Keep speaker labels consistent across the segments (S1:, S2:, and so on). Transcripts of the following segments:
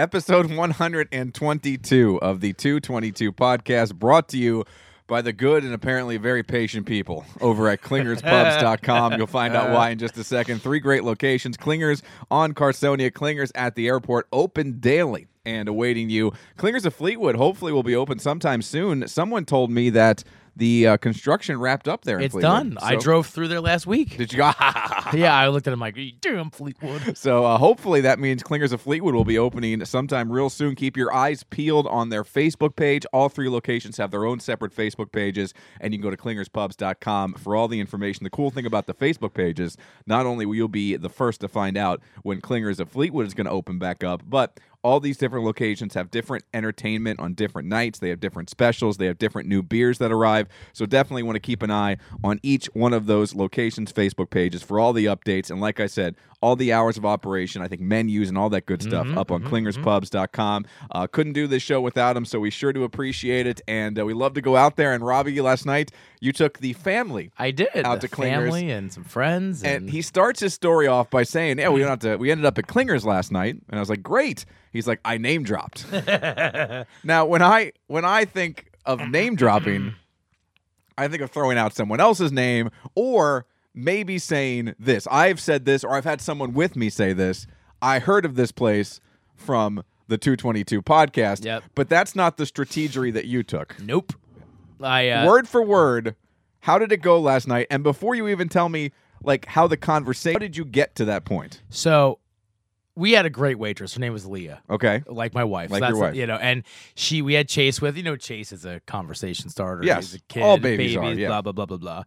S1: episode 122 of the 222 podcast brought to you by the good and apparently very patient people over at clingerspubs.com. You'll find out why in just a second. Three great locations Clingers on Carsonia, Clingers at the airport, open daily and awaiting you. Clingers of Fleetwood hopefully will be open sometime soon. Someone told me that the uh, construction wrapped up there. in
S2: It's
S1: Fleetwood.
S2: done. I
S1: So-
S2: drove through there last week.
S1: Did you go?
S2: yeah, I looked at him like, damn Fleetwood.
S1: So uh, hopefully that means Clingers of Fleetwood will be opening sometime real soon. Keep your eyes peeled on their Facebook page. All three locations have their own separate Facebook pages, and you can go to clingerspubs.com for all the information. The cool thing about the Facebook pages, not only will you be the first to find out when Clingers of Fleetwood is going to open back up, but all these different locations have different entertainment on different nights. They have different specials. They have different new beers that arrive. So definitely want to keep an eye on each one of those locations' Facebook pages for all the updates. And like I said, all the hours of operation, I think menus and all that good stuff up on clingerspubs.com. Uh, couldn't do this show without them, so we sure do appreciate it. And uh, we love to go out there. And Robbie, last night, you took the family
S2: I did.
S1: Out
S2: the
S1: to Clinger's.
S2: family and some friends. And,
S1: and he starts his story off by saying, "Yeah, we don't have to. We ended up at Clinger's last night," and I was like, "Great." He's like, "I name dropped." now, when I when I think of name dropping, I think of throwing out someone else's name or maybe saying this. I've said this, or I've had someone with me say this. I heard of this place from the 222 podcast,
S2: Yep.
S1: but that's not the strategery that you took
S2: nope. I uh,
S1: word for word how did it go last night and before you even tell me like how the conversation how did you get to that point
S2: so we had a great waitress. Her name was Leah.
S1: okay
S2: Like my wife,
S1: Like
S2: so
S1: your
S2: that's-
S1: wife.
S2: you know, and she we had Chase with. You know, Chase is a conversation starter.
S1: Yes.
S2: he's a kid,
S1: All babies are, yeah.
S2: blah blah blah blah blah.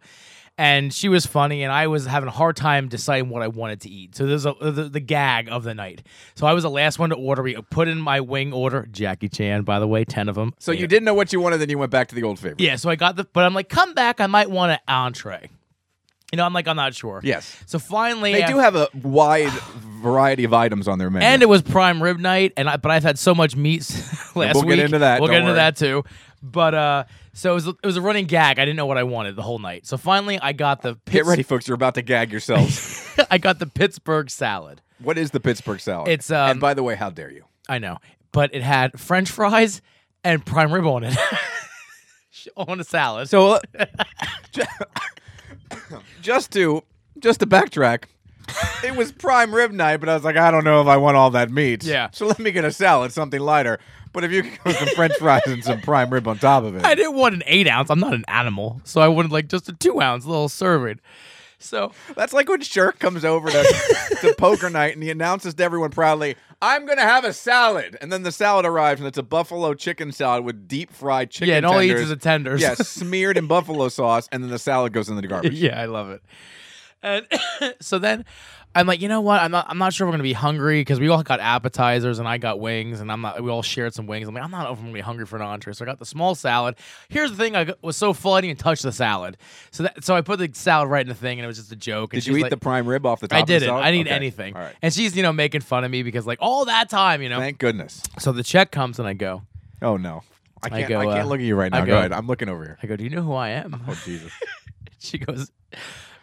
S2: And she was funny, and I was having a hard time deciding what I wanted to eat. So there's a the, the gag of the night. So I was the last one to order. We put in my wing order. Jackie Chan, by the way, ten of them.
S1: so you didn't know what you wanted then you went back to the old favorite
S2: Yeah, so I got the, but I'm like, come back. I might want an entree. You know, I'm like, I'm not sure.
S1: Yes.
S2: So finally,
S1: they
S2: af-
S1: do have a wide variety of items on their menu
S2: and it was prime rib night, and I, but I've had so much meat last week.
S1: We'll get into that,
S2: We'll
S1: don't
S2: get into
S1: worry.
S2: that too. But uh, so it was, it was a running gag. I didn't know what I wanted the whole night. So finally, I got the
S1: get
S2: Pitts-
S1: ready folks you're about to gag yourselves
S2: I got the Pittsburgh salad.
S1: what is the pittsburgh salad
S2: It's, um,
S1: and by the way how dare you
S2: I know, but it had French fries and prime rib on it. on a salad. So
S1: so uh, just to just to backtrack it was prime rib night but i was like i don't know if i want all that meat
S2: Yeah.
S1: so let me get a salad something lighter but if you could go with some french fries and some prime rib on top of it
S2: I didn't want an eight ounce. I'm not an animal, so I wanted like just a two ounce little serving. So
S1: That's like when Shirk comes over to, to poker night and he announces to everyone proudly, I'm going to have a salad. And then the salad arrives and it's a buffalo chicken salad with deep fried chicken
S2: Yeah, and all he eats
S1: tenders.
S2: is the tenders.
S1: Yeah, smeared in buffalo sauce. And then the salad goes into the garbage.
S2: yeah, I love it. And so then I'm like, you know what? I'm not I'm not sure we're gonna be hungry because we all got appetizers and I got wings and I'm not we all shared some wings. I'm like, I'm not overly hungry for an entree. So I got the small salad. Here's the thing, I got- was so full I didn't even touch the salad. So that so I put the salad right in the thing and it was just a joke. and
S1: Did you
S2: she's
S1: eat
S2: like-
S1: the prime rib off the top
S2: I
S1: of the
S2: didn't.
S1: salad?
S2: I didn't eat
S1: Okay.
S2: anything.
S1: All right.
S2: And she's, you know, making fun of me because like all that time, you know.
S1: Thank goodness.
S2: so the check comes and I go,
S1: Oh, no. I can't, I
S2: go,
S1: can't
S2: uh,
S1: look at you right now. Go,
S2: I go-
S1: ahead. I'm looking over here.
S2: I go, Do you know who I am?
S1: Oh, Jesus.
S2: She goes,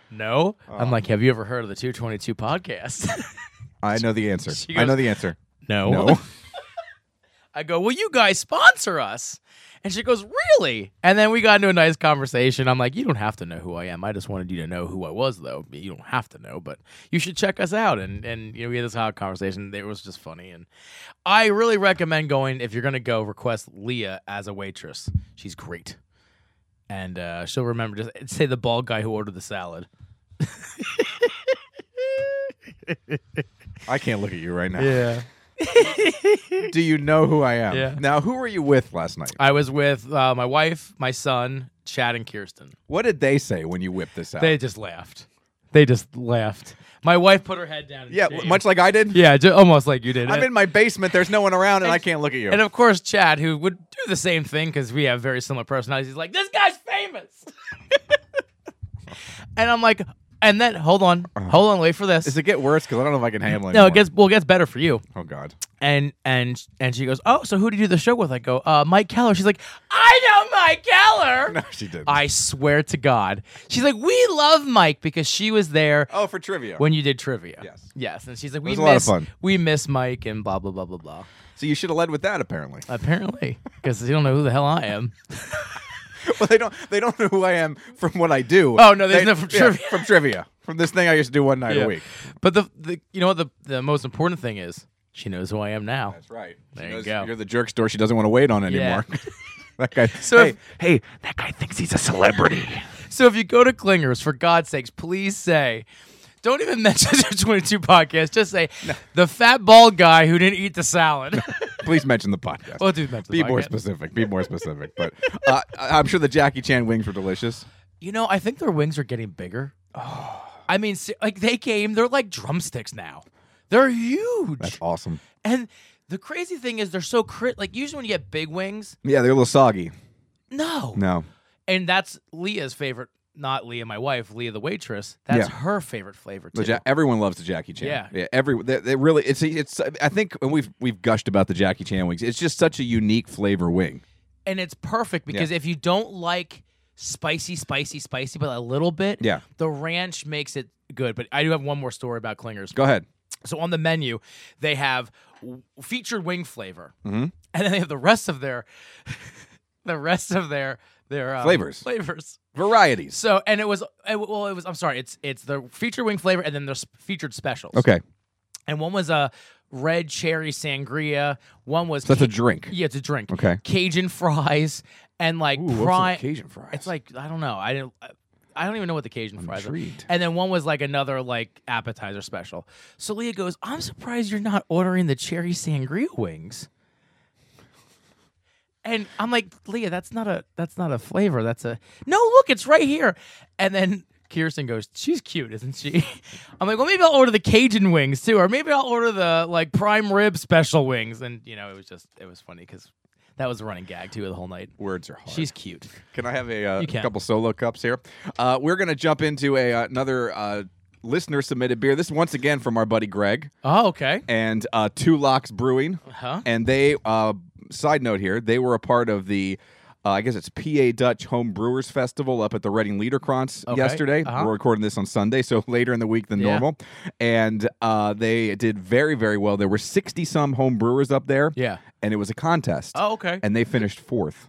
S2: No.
S1: Oh.
S2: I'm like, Have you ever heard of the 222 podcast?
S1: I know the answer.
S2: She
S1: I know
S2: goes-
S1: the answer.
S2: no.
S1: No.
S2: I go, Will you guys sponsor us? And she goes, Really? And then we got into a nice conversation. I'm like, You don't have to know who I am. I just wanted you to know who I was, though. You don't have to know, but you should check us out. And, and you know, we had this hot conversation. It was just funny. And I really recommend going, if you're going to go, request Leah as a waitress. She's great. And uh, she'll remember, just say the bald guy who ordered the salad.
S1: I can't look at you right now.
S2: Yeah.
S1: Do you know who I am?
S2: Yeah.
S1: Now, who were you with last night?
S2: I was with uh, my wife, my son, Chad, and Kirsten.
S1: What did they say when you whipped this out?
S2: They just laughed. They just laughed. My wife put her head down. And
S1: yeah,
S2: shaved.
S1: much like I did.
S2: Yeah, ju- almost like you did.
S1: I'm in my basement. There's no one around, and I can't look at you.
S2: and of course, Chad, who would do the same thing because we have very similar personalities, he's like, "This guy's famous," and I'm like, and then hold on,
S1: Uh-huh.
S2: hold on, wait for this.
S1: Does it get worse? Because I don't know if I can handle it.
S2: no,
S1: anymore.
S2: it gets well, it gets better for you.
S1: Oh God.
S2: And and and she goes, oh, so who did you do the show with? I go, uh, Mike Keller. She's like, I know Mike Keller.
S1: No, she didn't.
S2: I swear to God, she's like, we love Mike because she was there
S1: oh, for trivia.
S2: when you did trivia.
S1: Yes.
S2: yes, and she's like, we
S1: was
S2: miss,
S1: a lot of fun.
S2: we miss Mike and blah blah blah blah blah.
S1: so you should have led with that. Apparently.
S2: Apparently, because you don't know who the hell I am.
S1: well, they don't. They don't know who I am from what I do.
S2: Oh, no, they just know from trivia.
S1: From trivia. From this thing I used to do one night
S2: Yeah.
S1: a week.
S2: But the, the you know what the the most important thing is she knows who I am now.
S1: That's right.
S2: There
S1: she
S2: you
S1: knows
S2: go.
S1: You're the jerk store she doesn't want to wait on anymore. that guy.
S2: So
S1: hey,
S2: if-
S1: hey, that guy thinks he's a celebrity.
S2: So if you go to Clingers, for God's sakes, please say. Don't even mention the 22 podcast. Just say the fat bald guy who didn't eat the salad.
S1: Please mention the podcast.
S2: well, dude, mention
S1: be
S2: the
S1: more
S2: podcast.
S1: specific. Be more specific. But uh, I- I'm sure the Jackie Chan wings were delicious.
S2: You know, I think their wings are getting bigger.
S1: Oh.
S2: I mean, se- like they came, they're like drumsticks now. They're huge.
S1: That's awesome.
S2: and the crazy thing is, they're so crit. Like usually when you get big wings,
S1: Yeah, they're a little soggy.
S2: no.
S1: No.
S2: And that's Leah's favorite. Not Leah, my wife, Leah the waitress. That's
S1: Yeah.
S2: her favorite flavor too.
S1: The Ja- everyone loves the Jackie Chan.
S2: Yeah.
S1: yeah. Every they, they really it's it's I think and we've we've gushed about the Jackie Chan wings. It's just such a unique flavor wing.
S2: and it's perfect because if you don't like spicy, spicy, spicy, but a little bit,
S1: Yeah.
S2: the ranch makes it good. But I do have one more story about clingers.
S1: Go ahead.
S2: So on the menu, they have w- featured wing flavor,
S1: Mhm.
S2: and then they have the rest of their, the rest of their their um,
S1: Flavors.
S2: flavors.
S1: Varieties.
S2: So and it was it, well, it was. I'm sorry, it's it's the featured wing flavor, and then there's featured specials.
S1: Okay.
S2: and one was a red cherry sangria. One was
S1: So that's a
S2: ca-
S1: drink.
S2: yeah, it's a drink.
S1: Okay.
S2: Cajun fries and like
S1: Ooh, what's
S2: prime.
S1: an Cajun fries?
S2: It's like I don't know. I didn't. I don't even know what the Cajun fries are.
S1: intrigued.
S2: And then one was like another like appetizer special. So Leah goes, "I'm surprised you're not ordering the cherry sangria wings." And I'm like, "Leah, that's not a that's not a flavor. That's a no. Look, it's right here." And then Kirsten goes, "She's cute, isn't she?" I'm like, "Well, maybe I'll order the Cajun wings too, or maybe I'll order the like prime rib special wings." And you know, it was just it was funny because that was a running gag too the whole night.
S1: Words are hard.
S2: She's cute.
S1: Can I have a, uh,
S2: You can.
S1: couple solo cups here? Uh, we're going to jump into a, uh, another uh, listener submitted beer. This once again from our buddy Greg
S2: Oh, okay.
S1: and uh, Two Locks Brewing.
S2: Huh?
S1: And they, uh, side note here, they were a part of the, uh, I guess it's PA Dutch Home Brewers Festival up at the Reading Liederkranz
S2: Okay.
S1: yesterday.
S2: Uh-huh.
S1: We're recording this on Sunday, so later in the week than
S2: Yeah.
S1: normal. And uh, they did very, very well. There were 60 some home brewers up there,
S2: Yeah.
S1: and it was a contest.
S2: Oh, okay.
S1: And they finished fourth.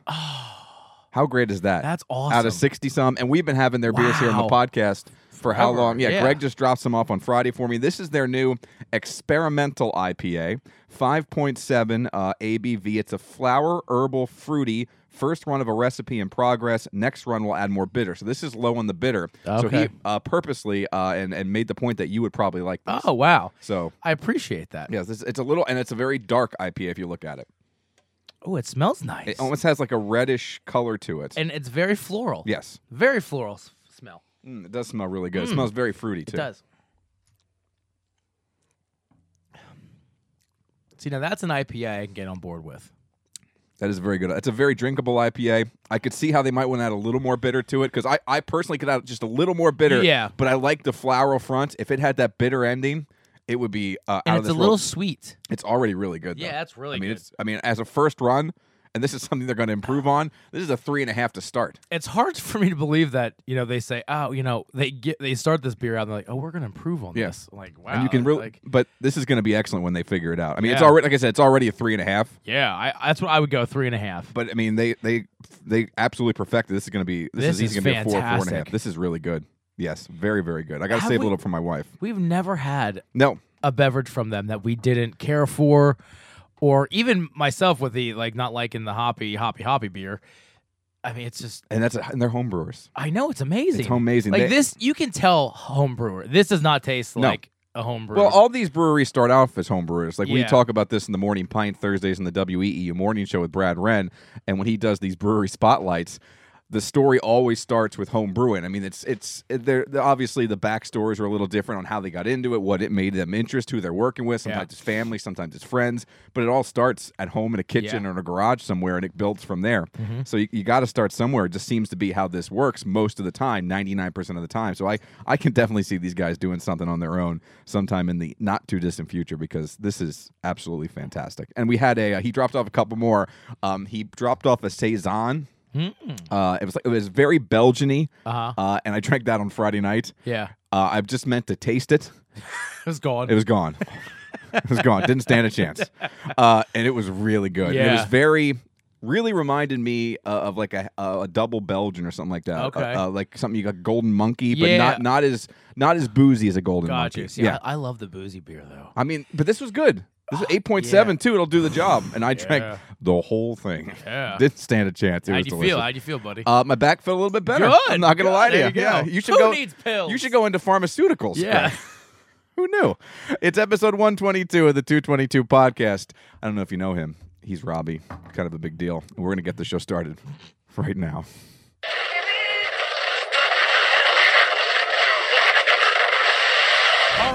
S1: How great is that?
S2: That's awesome.
S1: out of 60 some and we've been having their beers here on the
S2: Wow.
S1: podcast for how
S2: Forever.
S1: long yeah,
S2: Yeah.
S1: greg just dropped some off on friday for me this is their new experimental ipa 5.7 uh, abv it's a flower herbal fruity first run of a recipe in progress next run will add more bitter so this is low on the bitter so he
S2: Okay.
S1: uh, purposely uh, and, and made the point that you would probably like this
S2: Oh, wow.
S1: so
S2: I appreciate that.
S1: yes it's, it's a little and it's a very dark ipa if you look at it
S2: Oh, it smells nice.
S1: it almost has like a reddish color to it
S2: and it's very floral.
S1: yes
S2: Very floral s- smell.
S1: Mm, it does smell really
S2: Hmm.
S1: good it smells very fruity
S2: It
S1: too
S2: does. See, now that's an IPA I can get on board with.
S1: That is very good. It's a very drinkable IPA. I could see how they might want to add a little more bitter to it because I, I personally could add just a little more bitter.
S2: Yeah.
S1: But I like the floral front. If it had that bitter ending, it would be uh,
S2: And
S1: out of
S2: it's
S1: this
S2: a little
S1: world.
S2: sweet.
S1: It's already really good. Though.
S2: Yeah, that's really
S1: I mean,
S2: good.
S1: it's. I mean, as a first run, and this is something they're going to improve on. This is a three and a half to start.
S2: It's hard for me to believe that, you know, they say, oh, you know, they get they start this beer out and they're like, oh, we're going to improve on
S1: Yeah.
S2: this. Like, wow.
S1: and you can
S2: that's
S1: really,
S2: like-
S1: but this is going to be excellent when they figure it out. I mean, it's
S2: Yeah.
S1: already like I said, it's already a three and a half.
S2: yeah, I, that's what I would go three and a half.
S1: But I mean, they they they absolutely perfected. This is going to be this,
S2: This
S1: is, easily
S2: is
S1: going to be a four four and a half.
S2: fantastic.
S1: This is really good. Yes, very very good. I got to
S2: Have
S1: save
S2: we-
S1: a little for my wife.
S2: We've never had
S1: No,
S2: a beverage from them that we didn't care for, or even myself with the like not liking the hoppy hoppy hoppy beer. I mean, it's just
S1: and that's and they're home brewers.
S2: I know it's amazing.
S1: It's home amazing.
S2: Like
S1: They-
S2: this, you can tell home brewer. This does not taste
S1: No.
S2: like a home brewer.
S1: Well, all these breweries start off as home brewers. Like we
S2: Yeah.
S1: talk about this in the E morning pint Thursdays in the WEEU morning show with Brad Wren, and when he does these brewery spotlights, the story always starts with home brewing. I mean, it's it's they're, they're- obviously the backstories are a little different on how they got into it, what it made them interest, who they're working with. Sometimes it's family, sometimes it's friends, but it all starts at home in a kitchen
S2: Yeah. Mm-hmm.
S1: or in a garage somewhere, and it builds from there. So you, you got to start somewhere. It just seems to be how this works most of the time, ninety nine percent of the time. So I I can definitely see these guys doing something on their own sometime in the not too distant future because this is absolutely fantastic. And we had a uh, he dropped off a couple more. Um, he dropped off a saison. Uh, it was like it was very Belgiany,
S2: Hmm. Uh-huh.
S1: uh, and I drank that on Friday night.
S2: Yeah.
S1: Uh, I've just meant to taste it.
S2: It was gone.
S1: It was gone. it was gone. Didn't stand a chance. Uh, and it was really good. And It
S2: Yeah.
S1: was very, really reminded me uh, of like a, a, a double Belgian or something like that.
S2: Okay.
S1: Uh, uh, like something you got golden monkey, but
S2: Yeah.
S1: not not as not as boozy as a golden
S2: Gotcha.
S1: monkey.
S2: See,
S1: yeah.
S2: I, I love the boozy beer though.
S1: I mean, but this was good. This is 8.7 too. It'll do the job. And I drank
S2: Ah, Yeah.
S1: the whole thing.
S2: Yeah.
S1: Didn't stand a chance. It was
S2: How'd you
S1: delicious.
S2: feel? How'd you feel, buddy?
S1: Uh, my back felt a little bit better. I'm
S2: Good.
S1: not gonna
S2: Good.
S1: lie to
S2: There
S1: you.
S2: you go.
S1: Yeah, you should
S2: Who
S1: go.
S2: needs pills?
S1: You should go into pharmaceuticals.
S2: Yeah.
S1: Greg. Who knew? It's episode 122 of the 222 podcast. I don't know if you know him. He's Robbie. Kind of a big deal. And we're gonna get the show started right now.
S3: All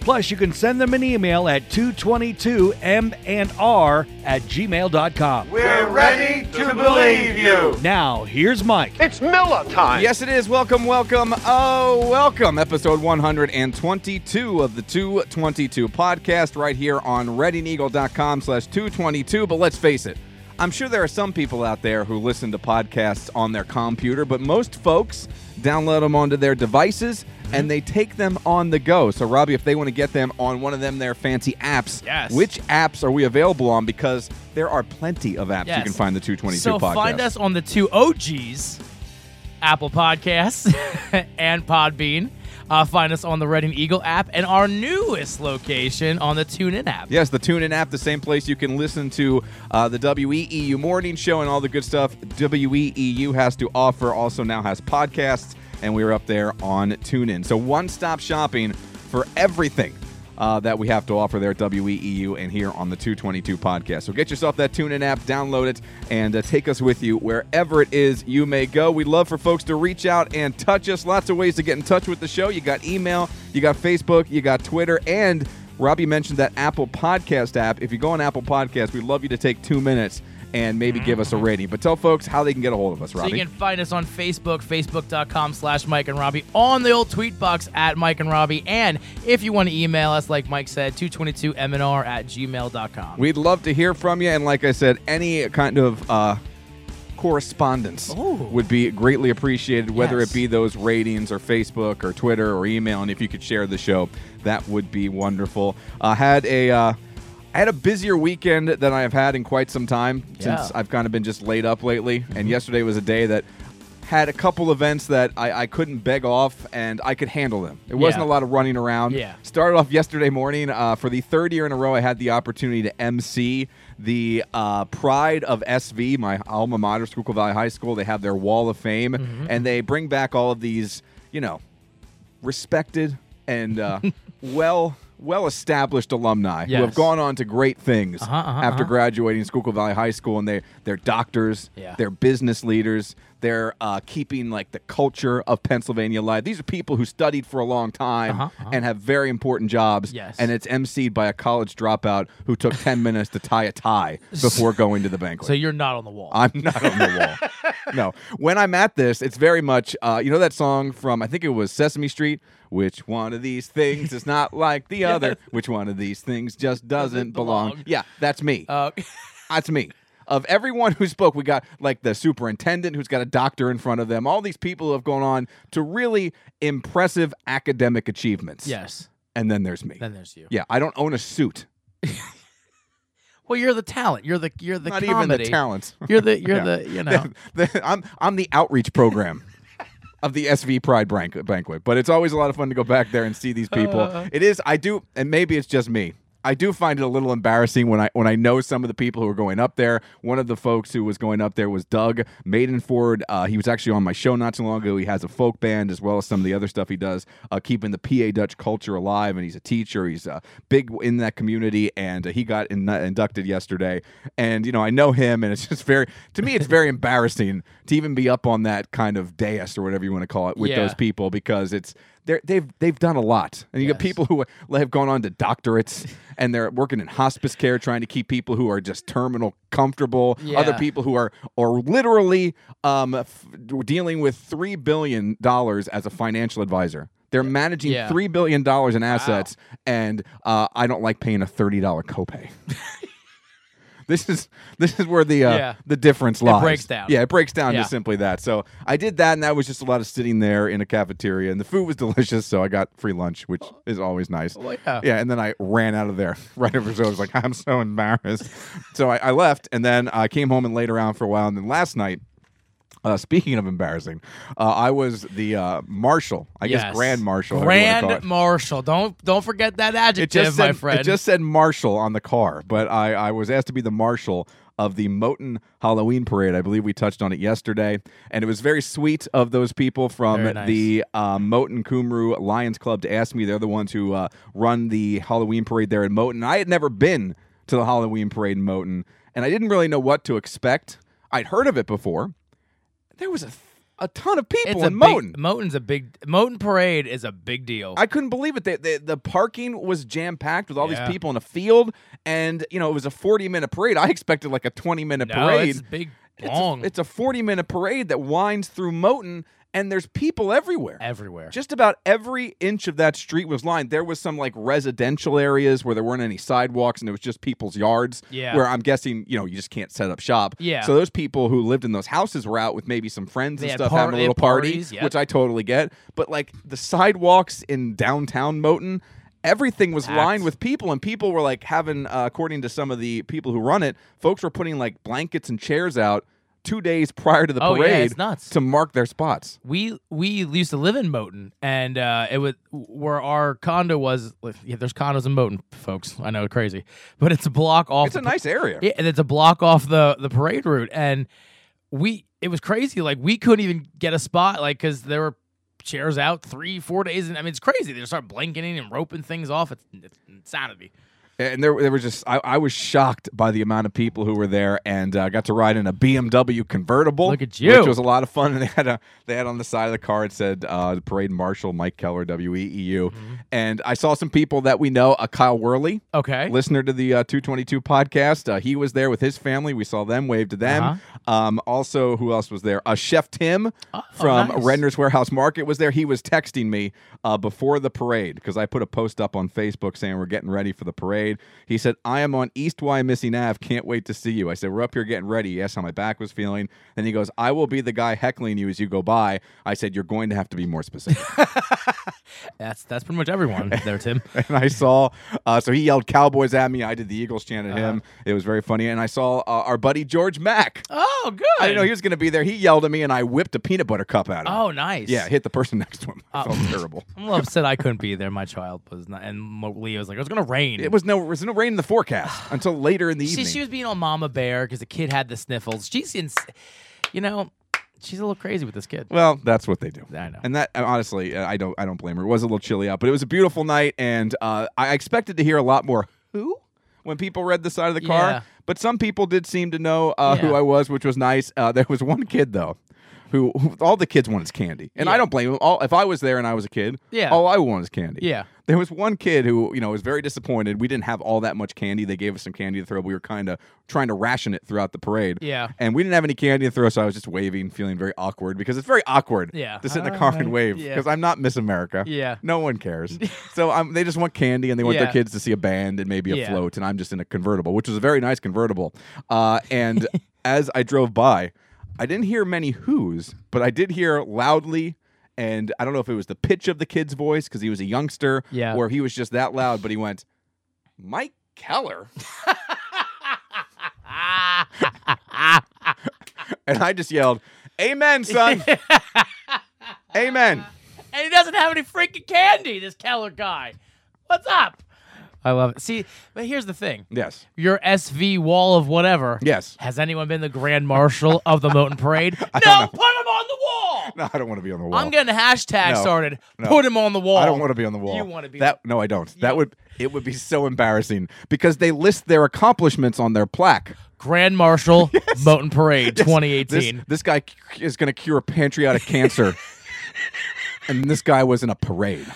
S4: Plus, you can send them an email at 222m&r at gmail.com.
S5: We're ready to believe you.
S4: Now, here's Mike.
S6: It's Miller time.
S1: Yes, it is. Welcome, welcome. Oh, welcome. Episode 122 of the 222 podcast right here on readyneagle.com slash 222. But let's face it, I'm sure there are some people out there who listen to podcasts on their computer, but most folks download them onto their devices
S2: Mm-hmm.
S1: and they take them on the go. So, Robbie, if they want to get them on one of them, their fancy apps,
S2: Yes.
S1: which apps are we available on? Because there are plenty of apps you
S2: Yes.
S1: can find the 222
S2: so
S1: podcast.
S2: find us on the two OGs, Apple Podcasts and Podbean. Uh, find us on the Reading Eagle app and our newest location on the TuneIn app.
S1: Yes, the TuneIn app, the same place you can listen to uh, the WEEU morning show and all the good stuff WEEU has to offer. Also now has podcasts, and we're up there on TuneIn. So one stop shopping for everything. Uh, that we have to offer there at WEEU and here on the 222 podcast. So get yourself that TuneIn app, download it, and uh, take us with you wherever it is you may go. We'd love for folks to reach out and touch us. Lots of ways to get in touch with the show. You got email, you got Facebook, you got Twitter, and Robbie mentioned that Apple Podcast app. If you go on Apple Podcast, we'd love you to take two minutes and maybe give us a rating. But tell folks how they can get a hold of us,
S2: Mm-hmm. So
S1: Robbie.
S2: you can find us on Facebook, facebook.com slash Mike and Robbie, on the old tweet box at Mike and Robbie, and if you want to email us, like Mike said, 222mnr at gmail.com.
S1: we'd love to hear from you. And like I said, any kind of uh, correspondence
S2: Ooh.
S1: would be greatly appreciated, whether
S2: Yes.
S1: it be those ratings or Facebook or Twitter or email. And if you could share the show, that would be wonderful. I had a. Uh, I had a busier weekend than I have had in quite some time since
S2: Yeah. Mm-hmm.
S1: I've kind of been just laid up lately. And yesterday was a day that had a couple events that I, I couldn't beg off and I could handle them. It wasn't
S2: Yeah.
S1: a lot of running around.
S2: Yeah.
S1: Started off yesterday morning. Uh, for the third year in a row, I had the opportunity to MC the uh, Pride of SV, my alma mater, Schuylkill Valley High School. They have their Wall of Fame,
S2: Mm-hmm.
S1: and they bring back all of these, you know, respected and uh, well well established alumni who have
S2: Yes.
S1: gone on to great things
S2: uh-huh,
S1: after graduating Schuylkill Valley High School, and they they're doctors,
S2: Yeah.
S1: they're business leaders, they're uh, keeping like the culture of Pennsylvania alive. These are people who studied for a long time
S2: Uh-huh, uh-huh.
S1: and have very important jobs.
S2: Yes.
S1: and it's emceed by a college dropout who took ten minutes to tie a tie before going to the banquet.
S2: So you're not on the wall.
S1: I'm not on the wall. No. When I'm at this, it's very much, uh, you know, that song from, I think it was Sesame Street, which one of these things is not like the other, which one of these things just doesn't, belong.
S2: belong.
S1: Yeah, that's me.
S2: Uh,
S1: That's me. Of everyone who spoke, we got like the superintendent who's got a doctor in front of them, all these people who have gone on to really impressive academic achievements.
S2: yes.
S1: and then there's me.
S2: Then there's you.
S1: yeah, I don't own a suit.
S2: Well, you're the talent. You're the you're the
S1: Not
S2: comedy.
S1: even the talent.
S2: You're the you're
S1: Yeah.
S2: the you know.
S1: The- I'm I'm the outreach program of the SV Pride Brank- banquet, but it's always a lot of fun to go back there and see these people. it is I do, and maybe it's just me. I do find it a little embarrassing when I when I know some of the people who are going up there. One of the folks who was going up there was Doug Maidenford. Uh, he was actually on my show not too long ago. He has a folk band as well as some of the other stuff he does, uh, keeping the PA Dutch culture alive. And he's a teacher. He's uh, big in that community, and uh, he got in, inducted yesterday. And you know, I know him, and it's just very to me, it's very embarrassing to even be up on that kind of dais or whatever you want to call it with
S2: Yeah.
S1: those people because it's they're, they've they've done a lot, and you get
S2: Yes.
S1: people who have gone on to doctorates and they're working in hospice care, trying to keep people who are just terminal comfortable. Other
S2: Yeah.
S1: people who are are literally um, f- dealing with three billion dollars as a financial advisor. They're managing
S2: Yeah.
S1: three billion dollars in assets, and uh, I don't like paying a thirty dollar copay. This is this is where the uh,
S2: Yeah.
S1: the difference lies.
S2: breaks down.
S1: Yeah, it breaks down
S2: Yeah.
S1: to simply that. So I did that, and that was just a lot of sitting there in a cafeteria, and the food was delicious. So I got free lunch, which is always nice.
S2: Well, yeah.
S1: Yeah, and then I ran out of there right over. So I was like, I'm so embarrassed. so I, I left, and then I came home and laid around for a while, and then last night. Uh, speaking of embarrassing, uh, I was the uh, marshal. I guess
S2: Yes.
S1: grand marshal. however you wanna call
S2: Grand
S1: it.
S2: marshal. Don't don't forget that adjective,
S1: It just said,
S2: my friend.
S1: It just said marshal on the car, but I, I was asked to be the marshal of the Moton Halloween parade. I believe we touched on it yesterday, and it was very sweet of those people from
S2: Very nice.
S1: the uh, Moton Kumru Lions Club to ask me. They're the ones who uh, run the Halloween parade there in Moton. I had never been to the Halloween parade in Moton, and I didn't really know what to expect. I'd heard of it before. There was a, a ton of people
S2: it's
S1: in
S2: a
S1: Moton.
S2: Big, Moton's a big Moton parade is a big deal.
S1: I couldn't believe it. They, they, the parking was jam packed with all
S2: Yeah.
S1: these people in a field, and you know it was a forty minute parade. I expected like a twenty minute
S2: no,
S1: parade.
S2: it's a big
S1: It's a-
S2: long
S1: It's a forty minute parade that winds through Moton, and there's people everywhere.
S2: everywhere.
S1: Just about every inch of that street was lined. There was some like residential areas where there weren't any sidewalks and it was just people's yards.
S2: Yeah.
S1: Where I'm guessing, you know, you just can't set up shop.
S2: Yeah.
S1: So those people who lived in those houses were out with maybe some friends
S2: They
S1: and
S2: had
S1: stuff
S2: par-
S1: having a
S2: they
S1: little
S2: had
S1: party,
S2: parties, yeah.
S1: which I totally get. But like the sidewalks in downtown Moton, everything was
S2: Packed.
S1: lined with people and people were like having uh, according to some of the people who run it, folks were putting like blankets and chairs out 2 days prior to the
S2: Oh, yeah,
S1: parade
S2: it's nuts.
S1: to mark their spots.
S2: we we used to live in Moton, and uh, it was where our condo was. Yeah, there's condos in Moton, folks. I know, crazy, but it's a block off.
S1: It's a
S2: the-
S1: nice area.
S2: Yeah, and it's a block off the the parade route, and we it was crazy. Like we couldn't even get a spot, like because there were chairs out three, four days, and I mean it's crazy. They just start blanketing and roping things off. It's, it's insanity.
S1: And there, there was just I, I was shocked by the amount of people who were there, and uh, got to ride in a BMW convertible.
S2: Look at you.
S1: which was a lot of fun. And they had a they had on the side of the car it said uh, the parade marshal Mike Keller WEEU,
S2: Mm-hmm.
S1: and I saw some people that we know, uh, Kyle Worley,
S2: Okay,
S1: listener to the uh, 222 podcast. Uh, he was there with his family. We saw them wave to them.
S2: Uh-huh.
S1: Um, also, who else was there? Uh, Chef Tim from
S2: Oh, nice.
S1: Redner's Warehouse Market was there. He was texting me uh, before the parade because I put a post up on Facebook saying we're getting ready for the parade. He said, I am on East Missing Ave. Can't wait to see you. I said, We're up here getting ready. He asked how my back was feeling. And he goes, I will be the guy heckling you as you go by. I said, You're going to have to be more specific.
S2: that's that's pretty much everyone there, Tim.
S1: and I saw. Uh, so he yelled Cowboys at me. I did the Eagles chant at him. It was very funny. And I saw uh, our buddy George Mack.
S2: Uh-huh. Oh, good.
S1: I didn't know he was going to be there. He yelled at me, and I whipped a peanut butter cup at him.
S2: Oh, nice.
S1: Yeah, hit the person next to him. I felt terrible.
S2: I'm a little upset I couldn't be there. My child was not, and Leah was like, "It's gonna rain."
S1: It was no, there was no rain in the forecast until later in the
S2: She,
S1: evening.
S2: she was being all mama bear because the kid had the sniffles. She's in, you know, she's a little crazy with this kid.
S1: well, that's what they do.
S2: I know.
S1: And that uh, honestly, I don't, I don't blame her. It was a little chilly out, but it was a beautiful night, and uh, I expected to hear a lot more who when people read the side of the car.
S2: Yeah.
S1: But some people did seem to know uh, who
S2: Yeah.
S1: I was, which was nice. Uh, there was one kid though, who, who all the kids wanted is candy, and I
S2: Yeah.
S1: don't blame them. All if I was there and I was a kid,
S2: Yeah.
S1: all I wanted is candy.
S2: Yeah.
S1: There was one kid who, you know, was very disappointed. We didn't have all that much candy. They gave us some candy to throw. We were kind of trying to ration it throughout the parade.
S2: Yeah.
S1: And we didn't have any candy to throw, so I was just waving, feeling very awkward because it's very awkward
S2: Yeah. Uh,
S1: to sit in a car and wave
S2: Yeah.
S1: because I'm not Miss America.
S2: Yeah.
S1: No one cares. so um, they just want candy and they want their
S2: Yeah.
S1: kids to see a band and maybe a
S2: Yeah.
S1: float. And I'm just in a convertible, which was a very nice convertible. Uh, and as I drove by, I didn't hear many who's, but I did hear loudly and I don't know if it was the pitch of the kid's voice because he was a youngster,
S2: Yeah.
S1: or he was just that loud, but he went, Mike Keller. and I just yelled, Amen, son. Amen.
S2: and he doesn't have any freaking candy. This Keller guy, what's up? I love it. See, but here's the thing:
S1: Yes.
S2: your SV wall of whatever.
S1: Yes.
S2: Has anyone been the grand marshal of the Moton Parade? no, put him
S1: don't
S2: on the wall.
S1: No, I don't want to be on the wall.
S2: I'm getting a hashtag
S1: No.
S2: started.
S1: No.
S2: Put him on the wall.
S1: I don't want to be on the wall.
S2: You want to be
S1: that? No, I don't. That would it would be so embarrassing because they list their accomplishments on their plaque.
S2: Grand Marshal Moton Parade
S1: Yes,
S2: 2018.
S1: This, this guy c- is going to cure pancreatic cancer, and this guy was in a parade.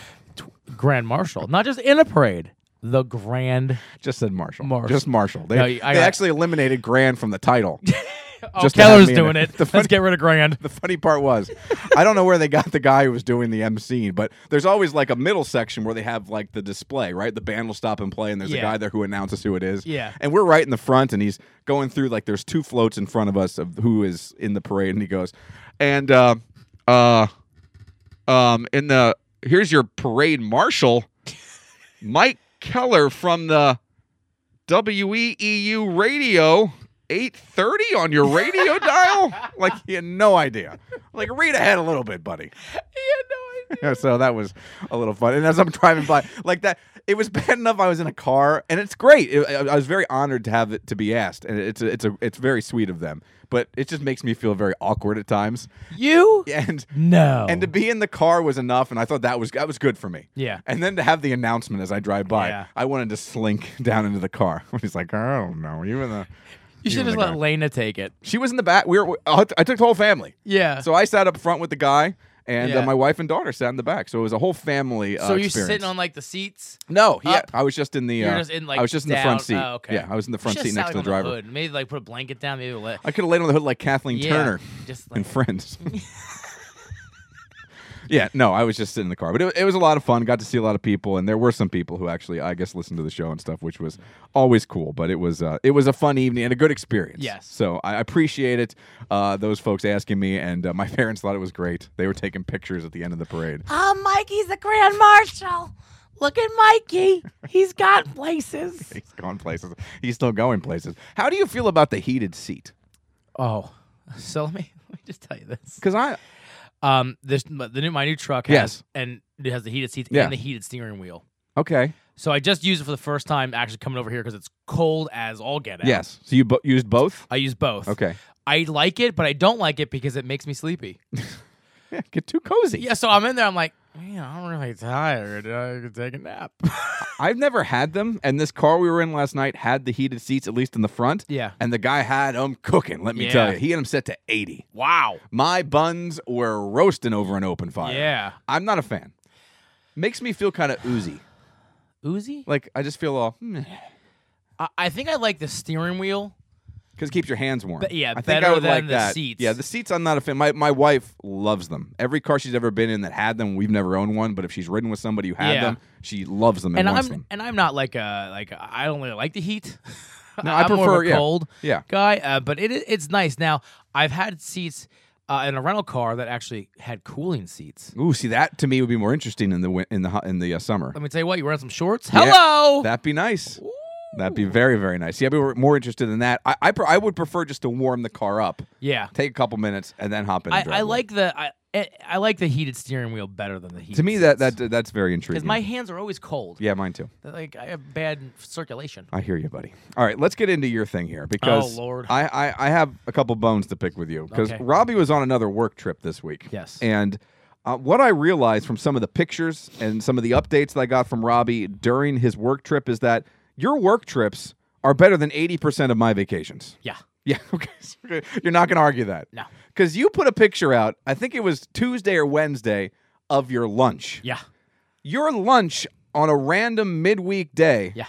S2: Grand Marshal, not just in a parade. The Grand.
S1: Just said Marshall.
S2: Marshall.
S1: Just Marshall. They,
S2: No,
S1: they
S2: I got-
S1: actually eliminated Grand from the title.
S2: Oh,
S1: Just to have
S2: Keller's
S1: me in
S2: doing
S1: it.
S2: it.
S1: The funny-
S2: Let's get rid of Grand.
S1: the funny part was, I don't know where they got the guy who was doing the MC, but there's always like a middle section where they have like the display, right? The band will stop and play, and there's a
S2: Yeah.
S1: guy there who announces who it is.
S2: Yeah.
S1: And we're right in the front, and he's going through like there's two floats in front of us of who is in the parade, and he goes, and uh, uh, um, in the here's your parade marshal, Mike Keller from the WEEU radio 830 on your radio dial? Like he had no idea. Like read ahead a little bit, buddy. Yeah, so that was a little fun. And as I'm driving by, like that, it was bad enough I was in a car, and it's great. It- I, I was very honored to have it to be asked, and it's a, it's a it's very sweet of them. But it just makes me feel very awkward at times.
S2: You?
S1: And
S2: No.
S1: and to be in the car was enough, and I thought that was that was good for me.
S2: Oh. Yeah.
S1: And then to have the announcement as I drive by,
S2: Yeah.
S1: I wanted to slink down into the car. He's like, I don't know, you in the.
S2: you should
S1: and
S2: just
S1: the
S2: let
S1: guy.
S2: Lena take it.
S1: She was in the back. We were. I took the whole family.
S2: Yeah.
S1: So I sat up front with the guy, and uh,
S2: Yeah.
S1: my wife and daughter sat in the back. So it was a whole family. Uh,
S2: so you're
S1: experience.
S2: sitting on like the seats.
S1: No, yeah,
S2: up?
S1: I was just in the. Uh,
S2: You're just in like
S1: I was just in the front
S2: down-
S1: seat.
S2: Oh, okay.
S1: Yeah, I was in the front
S2: Should've
S1: seat next
S2: sat, like,
S1: to the
S2: on
S1: driver.
S2: hood. Maybe like put a blanket down. Maybe let.
S1: I could have laid on the hood like Kathleen
S2: Yeah,
S1: Turner
S2: just
S1: in
S2: like-
S1: Friends. yeah, no, I was just sitting in the car, but it, it was a lot of fun. Got to see a lot of people, and there were some people who actually, I guess, listened to the show and stuff, which was always cool. But it was uh, it was a fun evening and a good experience.
S2: Yes.
S1: So I appreciate it. Uh, those folks asking me, and uh, my parents thought it was great. They were taking pictures at the end of the parade.
S2: Oh, Mikey's the grand marshal. Look at Mikey. He's got places.
S1: He's gone places. He's still going places. How do you feel about the heated seat?
S2: Oh, so let me let me just tell you this.
S1: Because I
S2: Um, this my- the new my new truck has
S1: Yes.
S2: and it has the heated seats
S1: Yeah.
S2: and the heated steering wheel.
S1: okay.
S2: So I just used it for the first time actually coming over here because it's cold as all get out.
S1: Yes. So you bo- used both?
S2: I use both.
S1: Okay.
S2: I like it, but I don't like it because it makes me sleepy.
S1: Yeah, get too cozy.
S2: yeah, so I'm in there. I'm like, man, I'm really tired. I could take a nap.
S1: I've never had them, and this car we were in last night had the heated seats, at least in the front.
S2: Yeah.
S1: And the guy had them cooking, let me tell
S2: Yeah.
S1: you. He had them set to 80.
S2: wow.
S1: My buns were roasting over an open fire.
S2: Yeah.
S1: I'm not a fan. Makes me feel kind of oozy.
S2: Uzi?
S1: Like, I just feel all, hmm.
S2: I, I think I like the steering wheel.
S1: Because it keeps your hands warm.
S2: But, yeah,
S1: I think
S2: better
S1: I would
S2: than
S1: like
S2: the
S1: that.
S2: seats.
S1: Yeah, the seats. I'm not a fan. My my wife loves them. Every car she's ever been in that had them, we've never owned one. But if she's ridden with somebody who had
S2: Yeah.
S1: them, she loves them and,
S2: And
S1: wants
S2: I'm
S1: them.
S2: and I'm not like a like I don't really like the heat.
S1: No, I
S2: I'm more
S1: prefer-
S2: of a
S1: yeah.
S2: cold
S1: Yeah.
S2: guy, uh, but it i- it's nice. Now I've had seats uh, in a rental car that actually had cooling seats.
S1: Ooh, see that to me would be more interesting in the win- in the hu- in the uh, summer.
S2: Let me tell you what, you wearing some shorts?
S1: Yeah,
S2: Hello.
S1: that'd be nice. That'd be very very nice. Yeah, I'd be more- more interested in that. I I, pr- I would prefer just to warm the car up,
S2: yeah.
S1: take a couple minutes, and then hop in. and
S2: I,
S1: drive
S2: I
S1: away.
S2: like the I, I- I like the heated steering wheel better than the heat.
S1: To me that that that's very
S2: because
S1: intriguing.
S2: my hands are always cold.
S1: yeah, mine too.
S2: Like I have bad circulation.
S1: I hear you, buddy. All right, let's get into your thing here because
S2: Oh, Lord.
S1: I, I, I have a couple bones to pick with you because
S2: Okay.
S1: Robbie was on another work trip this week.
S2: Yes.
S1: And uh, what I realized from some of the pictures and some of the updates that I got from Robbie during his work trip is that your work trips are better than 80% of my vacations.
S2: Yeah.
S1: Yeah, okay. You're not going to argue that.
S2: No.
S1: Because you put a picture out, I think it was Tuesday or Wednesday, of your lunch.
S2: Yeah.
S1: Your lunch on a random midweek day
S2: Yeah.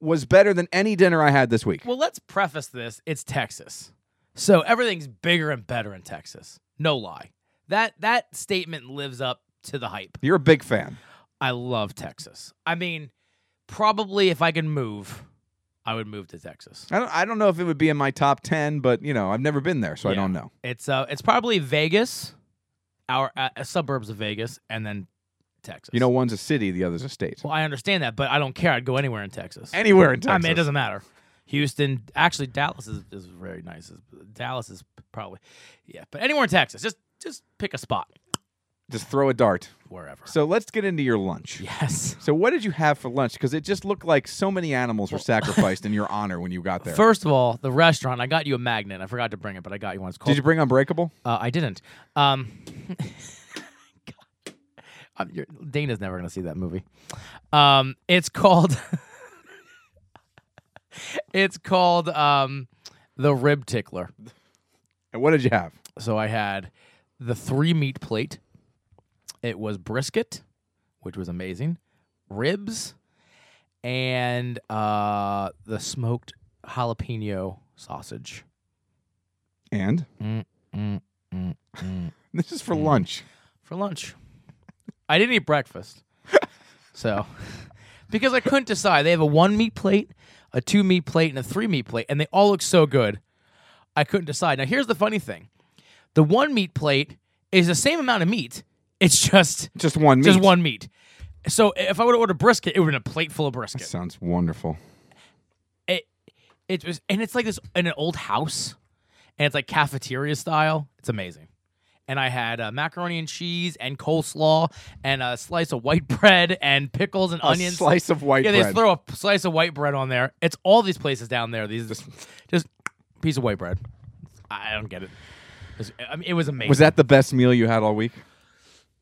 S1: was better than any dinner I had this week.
S2: Well, let's preface this. It's Texas. So everything's bigger and better in Texas. No lie. That that statement lives up to the hype.
S1: You're a big fan.
S2: I love Texas. I mean, probably if I could move, I would move to Texas.
S1: I don't, I don't know if it would be in my top 10, but you know, I've never been there, so I
S2: Yeah.
S1: don't know.
S2: It's uh it's probably Vegas our uh, suburbs of Vegas and then Texas.
S1: You know, one's a city, the other's a state.
S2: well, I understand that, but I don't care. I'd go anywhere in Texas.
S1: Anywhere in Texas.
S2: I mean, it doesn't matter. Houston, actually, Dallas is, is very nice. Is- Dallas is probably, yeah, but anywhere in Texas, just just pick a spot
S1: Just throw a dart.
S2: wherever.
S1: So let's get into your lunch.
S2: Yes.
S1: So what did you have for lunch? Because it just looked like so many animals were sacrificed in your honor when you got there.
S2: First of all, the restaurant. I got you a magnet. I forgot to bring it, but I got you one. It's called.
S1: did you bring Unbreakable?
S2: Uh, I didn't. Um, God. Um, you're- Dana's never going to see that movie. Um, it's called. it's called um, the Rib Tickler.
S1: And what did you have?
S2: So I had the three meat plate. It was brisket, which was amazing, ribs, and uh, the smoked jalapeno sausage.
S1: And
S2: Mm, mm, mm, mm.
S1: this is for lunch.
S2: for lunch. I didn't eat breakfast. so, because I couldn't decide. They have a one meat plate, a two meat plate, and a three meat plate, and they all look so good. I couldn't decide. Now, here's the funny thing the one meat plate is the same amount of meat, it's just,
S1: Just one.
S2: just
S1: meat.
S2: one meat. So, if I would have ordered brisket, it would have been a plate full of brisket.
S1: Sounds wonderful.
S2: It, it was, and it's like this in an old house, and it's like cafeteria style. It's amazing. And I had uh, macaroni and cheese and coleslaw and a slice of white bread and pickles and onions.
S1: A slice of white
S2: yeah, they
S1: bread.
S2: just throw a p- slice of white bread on there. It's all these places down there. These just, just piece of white bread. I I don't get it. It's- I mean, it was amazing.
S1: was that the best meal you had all week?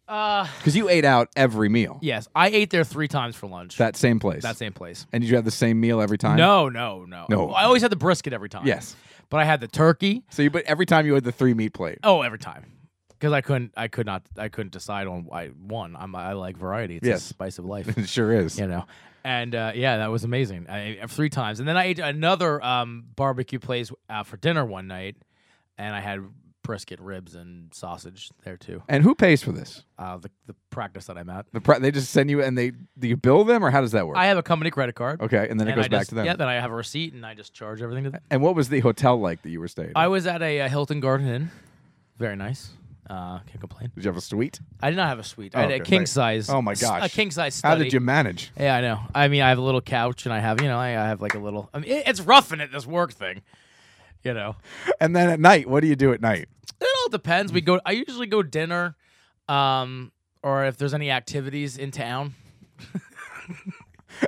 S2: Uh,
S1: Because you ate out every meal.
S2: yes, I ate there three times for lunch.
S1: That same place.
S2: that same place.
S1: And did you have the same meal every time?
S2: No, no, no,
S1: No.
S2: I always had the brisket every time.
S1: Yes.
S2: but I had the turkey.
S1: So you but every time you had the three meat plate.
S2: Oh, every time. Because I couldn't, I could not, I couldn't decide on why one. I'm, I like variety. It's the
S1: Yes.
S2: spice of life,
S1: It sure is.
S2: you know. And uh, yeah, that was amazing. I, I- three times, and then I ate another um, barbecue place uh, for dinner one night, and I had brisket ribs and sausage there too.
S1: And who pays for this?
S2: Uh, the, the practice that I'm at,
S1: The pre- they just send you and they do you bill them or how does that work?
S2: I have a company credit card.
S1: okay, and then it
S2: and
S1: goes
S2: I
S1: back
S2: just-
S1: to them.
S2: Yeah, then I have a receipt, and I just charge everything to them.
S1: and what was the hotel like that you were staying? in?
S2: I was at a, uh Hilton Garden Inn, very nice. Uh, can't complain.
S1: did you have a suite?
S2: I did not have a suite.
S1: Oh,
S2: I had a
S1: okay.
S2: king
S1: Right.
S2: size.
S1: Oh my
S2: s-
S1: gosh.
S2: A king size study.
S1: How did you manage?
S2: Yeah, I know. I mean, I have a little couch, and I have you know, I, I have like a little. I mean, it, it's roughing it this work thing. You know,
S1: And then at night, what do you do at night?
S2: it all depends. We go. I usually go dinner, um, or if there's any activities in town.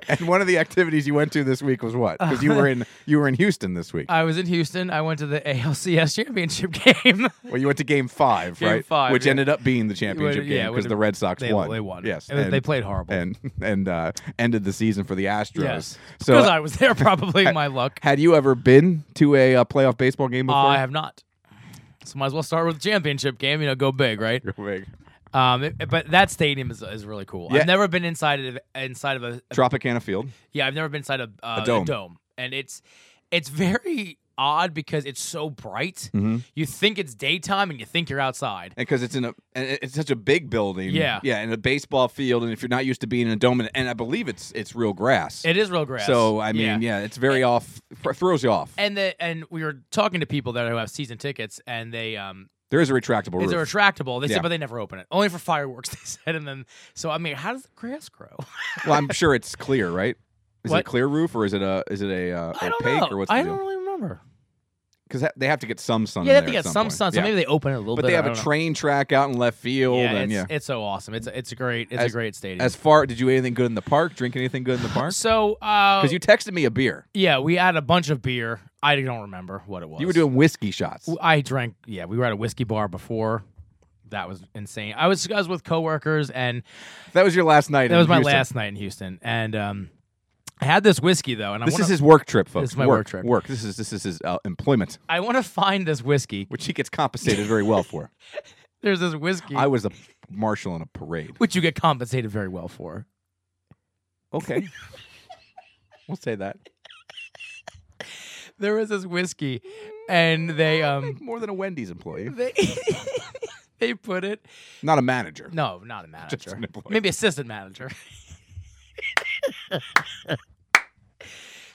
S1: And one of the activities you went to this week was what? Because you were in you were in Houston this week.
S2: I was in Houston. I went to the ALCS championship game.
S1: Well, you went to Game Five,
S2: Game
S1: right?
S2: five,
S1: Which
S2: yeah.
S1: ended up being the championship
S2: Would- yeah,
S1: game
S2: would-
S1: because the Red Sox
S2: they-
S1: won.
S2: they won.
S1: Yes,
S2: It was- they played horrible.
S1: and and uh, ended the season for the Astros.
S2: yes,
S1: So,
S2: because I was there. Probably my luck.
S1: had you ever been to a uh, playoff baseball game before?
S2: I have not. So might as well start with the championship game. You know, go big, right?
S1: Wig.
S2: Um, it- but that stadium is, is really cool.
S1: Yeah.
S2: I've never been inside of inside of a, a-
S1: Tropicana Field.
S2: yeah. I've never been inside a, uh,
S1: A dome.
S2: and it's it's very odd because it's so bright.
S1: Mm-hmm.
S2: You think it's daytime and you think you're outside.
S1: because it's in a and it- it's such a big building.
S2: Yeah.
S1: yeah, in a baseball field, and if you're not used to being in a dome, and, and I believe it's it's real grass.
S2: It is real grass.
S1: So I mean, yeah, it's very off. Throws you off.
S2: And the and we were talking to people that who have season tickets and they um
S1: there is a retractable
S2: it's a
S1: roof.
S2: retractable. They
S1: Yeah.
S2: said, but they never open it only for fireworks. They said, and then so I mean, how does the grass grow?
S1: well, I'm sure it's clear, right? Is it a
S2: What?
S1: clear roof or is it a is it a uh,
S2: I don't
S1: opaque
S2: know.
S1: or what's
S2: I
S1: the
S2: don't
S1: deal?
S2: really remember.
S1: Because they have to get some sun.
S2: Yeah,
S1: in
S2: they
S1: there
S2: have to
S1: at
S2: get some
S1: point.
S2: sun, so
S1: Yeah.
S2: maybe they open it a little
S1: But
S2: bit.
S1: they
S2: I
S1: have a
S2: don't know.
S1: train track out in left field,
S2: Yeah,
S1: and
S2: it's,
S1: yeah.
S2: it's so awesome. It's it's a great it's
S1: As-
S2: a great stadium.
S1: As far, did you eat anything good in the park? Drink anything good in the park?
S2: so, uh,
S1: Because you texted me a beer.
S2: yeah, we had a bunch of beer. I don't remember what it was.
S1: You were doing whiskey shots.
S2: I drank. Yeah, we were at a whiskey bar before. That was insane. I was I was with coworkers, and
S1: That was your last night.
S2: that
S1: in
S2: was my
S1: Houston.
S2: last night in Houston. And um, I had this whiskey though, and I
S1: This
S2: wanna,
S1: is his work trip, folks.
S2: is my work trip.
S1: Work. This is this is his uh, employment,
S2: I want to find this whiskey.
S1: which he gets compensated very well for.
S2: There's this whiskey
S1: I was a marshal in a parade.
S2: which you get compensated very well for.
S1: Okay, we'll say that.
S2: There is this whiskey, and they um
S1: More than a Wendy's employee,
S2: they they put it
S1: not a manager.
S2: No, not a manager.
S1: Just an employee.
S2: Maybe assistant manager.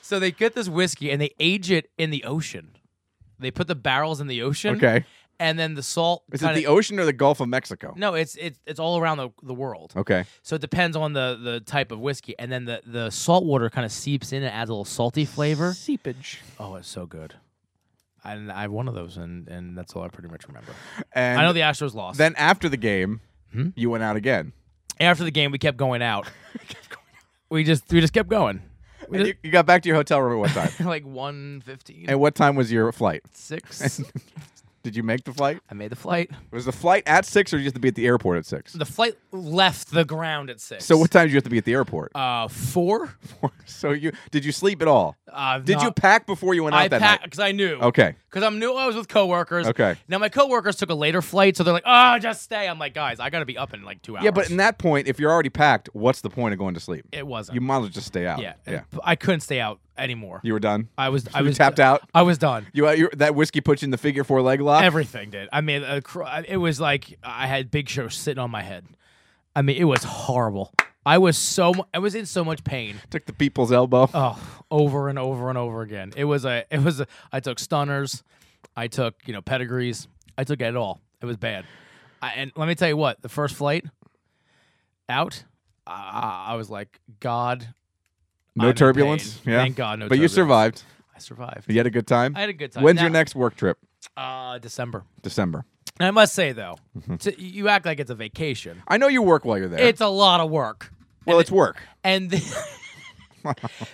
S2: so they get this whiskey and they age it in the ocean. They put the barrels in the ocean.
S1: Okay,
S2: and then the salt.
S1: Is it
S2: kinda-
S1: the ocean or the Gulf of Mexico?
S2: No, it's it's it's all around the, the world.
S1: Okay.
S2: So it depends on the the type of whiskey, and then the the salt water kind of seeps in and adds a little salty flavor.
S7: Seepage.
S2: Oh, it's so good. I I have one of those, and and that's all I pretty much remember.
S1: And
S2: I know the Astros lost.
S1: then after the game,
S2: Hmm?
S1: you went out again.
S2: after the game, we kept going out. We just we just kept going. We
S1: And you, you got back to your hotel room at what time?
S2: just- like one fifteen,
S1: and what time was your flight?
S2: six.
S1: Did you make the flight?
S2: I made the flight.
S1: Was the flight at six, or did you have to be at the airport at six?
S2: The flight left the ground at six.
S1: So what time did you have to be at the airport?
S2: Uh, four.
S1: so you did you sleep at all?
S2: I've
S1: did you
S2: uh, not-
S1: pack before you went out
S2: I
S1: that
S2: packed
S1: night?
S2: because I knew.
S1: Okay.
S2: Because I knew I was with coworkers.
S1: Okay.
S2: Now my coworkers took a later flight, so they're like, "Oh, just stay." I'm like, "Guys, I gotta be up in like two hours."
S1: Yeah, but in that point, if you're already packed, what's the point of going to sleep?
S2: it wasn't.
S1: You might as well just stay out.
S2: yeah.
S1: yeah.
S2: But I couldn't stay out anymore.
S1: You were done.
S2: I was. I
S1: You
S2: was
S1: tapped out? Uh,
S2: I was done.
S1: You, uh, you that whiskey put you in the figure four leg lock.
S2: Everything did. I mean, uh, cr- it was like I had Big Show sitting on my head. I mean, it was horrible. I was so. mu- I was in so much pain.
S1: Took the people's elbow.
S2: Oh, over and over and over again. It was a. It was a. I took stunners. I took you know pedigrees. I took it all. It was bad. I, and let me tell you what. The first flight out, I, I was like, God. I'm
S1: no
S2: in
S1: turbulence.
S2: pain.
S1: Yeah.
S2: Thank God, no.
S1: But you
S2: turbulence.
S1: survived.
S2: I survived.
S1: You had a good time.
S2: I had a good time.
S1: When's
S2: Now-
S1: your next work trip?
S2: Uh, December.
S1: December.
S2: And I must say though,
S1: Mm-hmm.
S2: t- you act like it's a vacation.
S1: I know you work while you're there.
S2: It's a lot of work.
S1: well, it's work.
S2: and th-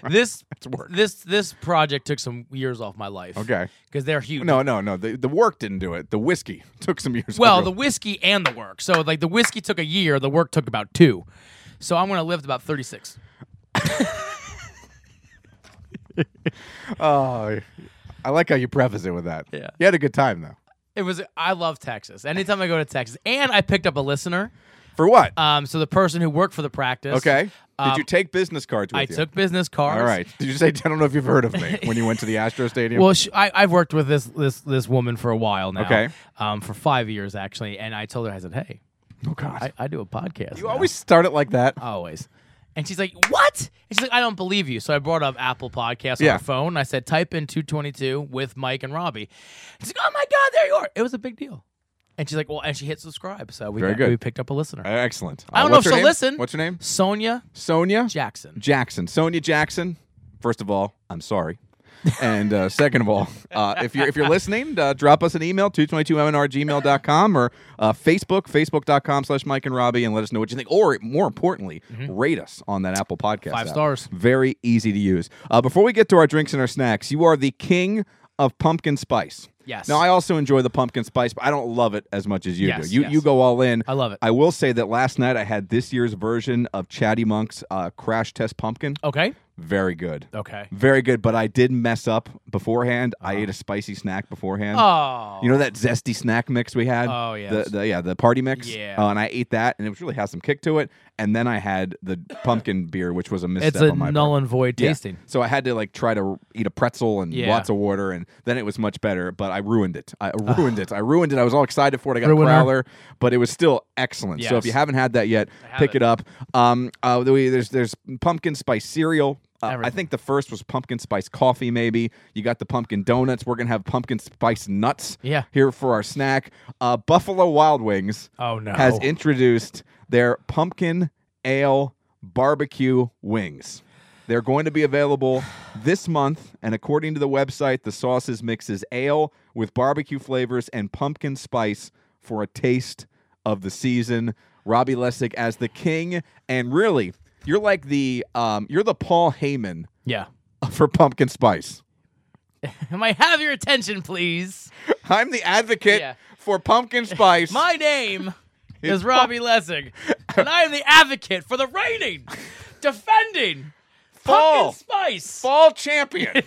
S2: this this this project took some years off my life.
S1: Okay.
S2: because they're huge.
S1: No, no, no. The, the work didn't do it. The whiskey took some years.
S2: well,
S1: to
S2: the
S1: do.
S2: whiskey and the work. So like the whiskey took a year, the work took about two. So I'm gonna live to about 36.
S1: Oh, I like how you preface it with that.
S2: Yeah.
S1: You had a good time though.
S2: It was I love Texas. Anytime I go to Texas, and I picked up a listener.
S1: For what?
S2: Um, so the person who worked for the practice.
S1: okay. Did
S2: um,
S1: you take business cards with
S2: I
S1: you?
S2: took business cards.
S1: All right. Did you say I don't know if you've heard of me when you went to the Astro Stadium?
S2: Well, she, I, I've worked with this this this woman for a while now.
S1: Okay.
S2: Um, for five years actually, and I told her I said, "Hey,
S1: oh God.
S2: I, Uh, I do a podcast."
S1: you always start it like that.
S2: always. And she's like, "What?" And she's like, "I don't believe you." So I brought up Apple Podcasts on
S1: Yeah.
S2: her phone. And I said, "Type in 222 with Mike and Robbie." She's like, "Oh my God, there you are!" It was a big deal. And she's like, "Well," and she hit subscribe. So we
S1: Very
S2: got-
S1: good.
S2: we picked up a listener.
S1: Uh, Excellent.
S2: I
S1: Uh,
S2: don't know if
S1: what's her
S2: she'll
S1: name?
S2: listen.
S1: What's your name?
S2: Sonia
S1: Sonia
S2: Jackson.
S1: Jackson. Sonia Jackson. First of all, I'm sorry. and uh, second of all, uh, if you're if you're listening, uh, drop us an email 222mnrgmail.com or uh, Facebook facebook.com slash Mike and Robbie and let us know what you think. Or more importantly, rate us on that Apple Podcast.
S2: Mm-hmm. Five
S1: app.
S2: stars.
S1: Very easy to use. Uh, before we get to our drinks and our snacks, you are the king of pumpkin spice.
S2: Yes.
S1: Now I also enjoy the pumpkin spice, but I don't love it as much as you
S2: Yes,
S1: do. You
S2: yes.
S1: you go all in.
S2: I love it.
S1: I will say that last night I had this year's version of Chatty Monk's uh, Crash Test Pumpkin.
S2: Okay.
S1: Very good.
S2: Okay.
S1: Very good, but I did mess up beforehand. I ate a spicy snack beforehand.
S2: Uh-huh. Oh.
S1: You know that zesty snack mix we had?
S2: Oh, yes.
S1: The, the, yeah, the party mix.
S2: Yeah.
S1: Uh, and I ate that, and it was really has some kick to it. And then I had the pumpkin beer, which was a misstep
S2: it's a
S1: on my part.
S2: null and void
S1: Yeah.
S2: tasting.
S1: So I had to like try to eat a pretzel and
S2: Yeah.
S1: lots of water, and then it was much better. But I ruined it. I ruined it. I ruined it. I was all excited for it. I got
S2: Ruiner.
S1: a growler, but it was still excellent. So if
S2: Yes.
S1: you haven't had that yet,
S2: have
S1: pick
S2: it.
S1: it, up. Um, uh, the way- there's there's pumpkin spice cereal. Uh, I
S2: Everything.
S1: think the first was pumpkin spice coffee. Maybe you got the pumpkin donuts. We're gonna have pumpkin spice nuts.
S2: Yeah.
S1: Here for our snack. Uh, Buffalo Wild Wings.
S2: Oh, no.
S1: Has introduced their pumpkin ale barbecue wings. They're going to be available this month, and according to the website, the sauces mixes ale with barbecue flavors and pumpkin spice for a taste of the season. Robbie Lessig as the king, and really, you're like the um, you're the Paul Heyman
S2: Yeah.
S1: for pumpkin spice.
S2: Am I have your attention, please?
S1: I'm the advocate
S2: Yeah.
S1: for pumpkin spice.
S2: My name is Robbie Lessig, and I am the advocate for the reigning, defending
S1: Paul.
S2: pumpkin spice.
S1: fall champion,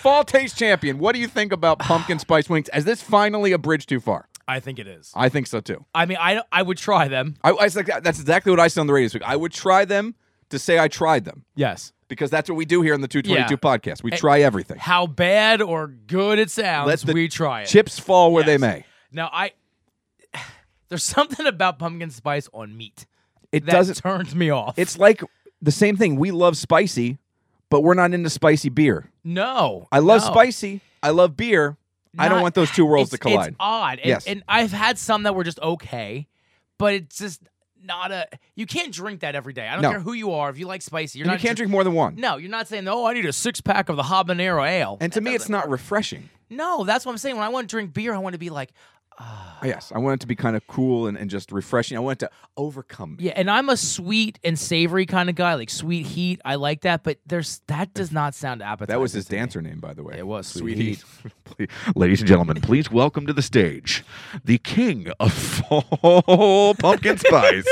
S1: fall taste champion. What do you think about pumpkin spice wings? Is this finally a bridge too far?
S2: I think it is.
S1: I think so too.
S2: I mean, I I would try them.
S1: I, I was like, that's exactly what I said on the radio this week. I would try them to say I tried them
S2: Yes.
S1: because that's what we do here on the 222 podcast. We
S2: Eh,
S1: try everything.
S2: How bad or good it sounds,
S1: Let the
S2: we try it.
S1: Chips fall where they
S2: Yes.
S1: may.
S2: Now I, there's something about pumpkin spice on meat
S1: It
S2: that
S1: doesn't.
S2: turns me off.
S1: It's like the same thing. We love spicy, but we're not into spicy beer.
S2: no.
S1: I love
S2: no.
S1: spicy. I love beer. I don't
S2: not-
S1: want those two worlds
S2: it's-
S1: to collide.
S2: It's odd. And,
S1: Yes.
S2: and I've had some that were just okay, but it's just not a. You can't drink that every day. I don't
S1: No.
S2: care who you are. If you like spicy, you're
S1: And
S2: not.
S1: you can't drink more than one.
S2: No, you're not saying. Oh, I need a six pack of the habanero ale.
S1: And to me, it's not refreshing.
S2: no, that's what I'm saying. When I want to drink beer, I want to be like,
S1: Yes, I want it to be kind of cool and, and just refreshing. I want it to overcome. it.
S2: yeah. And I'm a sweet and savory kind of guy, like sweet heat. I like that, but there's that does not sound appetizing.
S1: That was his
S2: to me.
S1: dancer name, by the way.
S2: It was, Sweet
S1: Sweetie. Ladies and gentlemen, please welcome to the stage the king of fall pumpkin spice.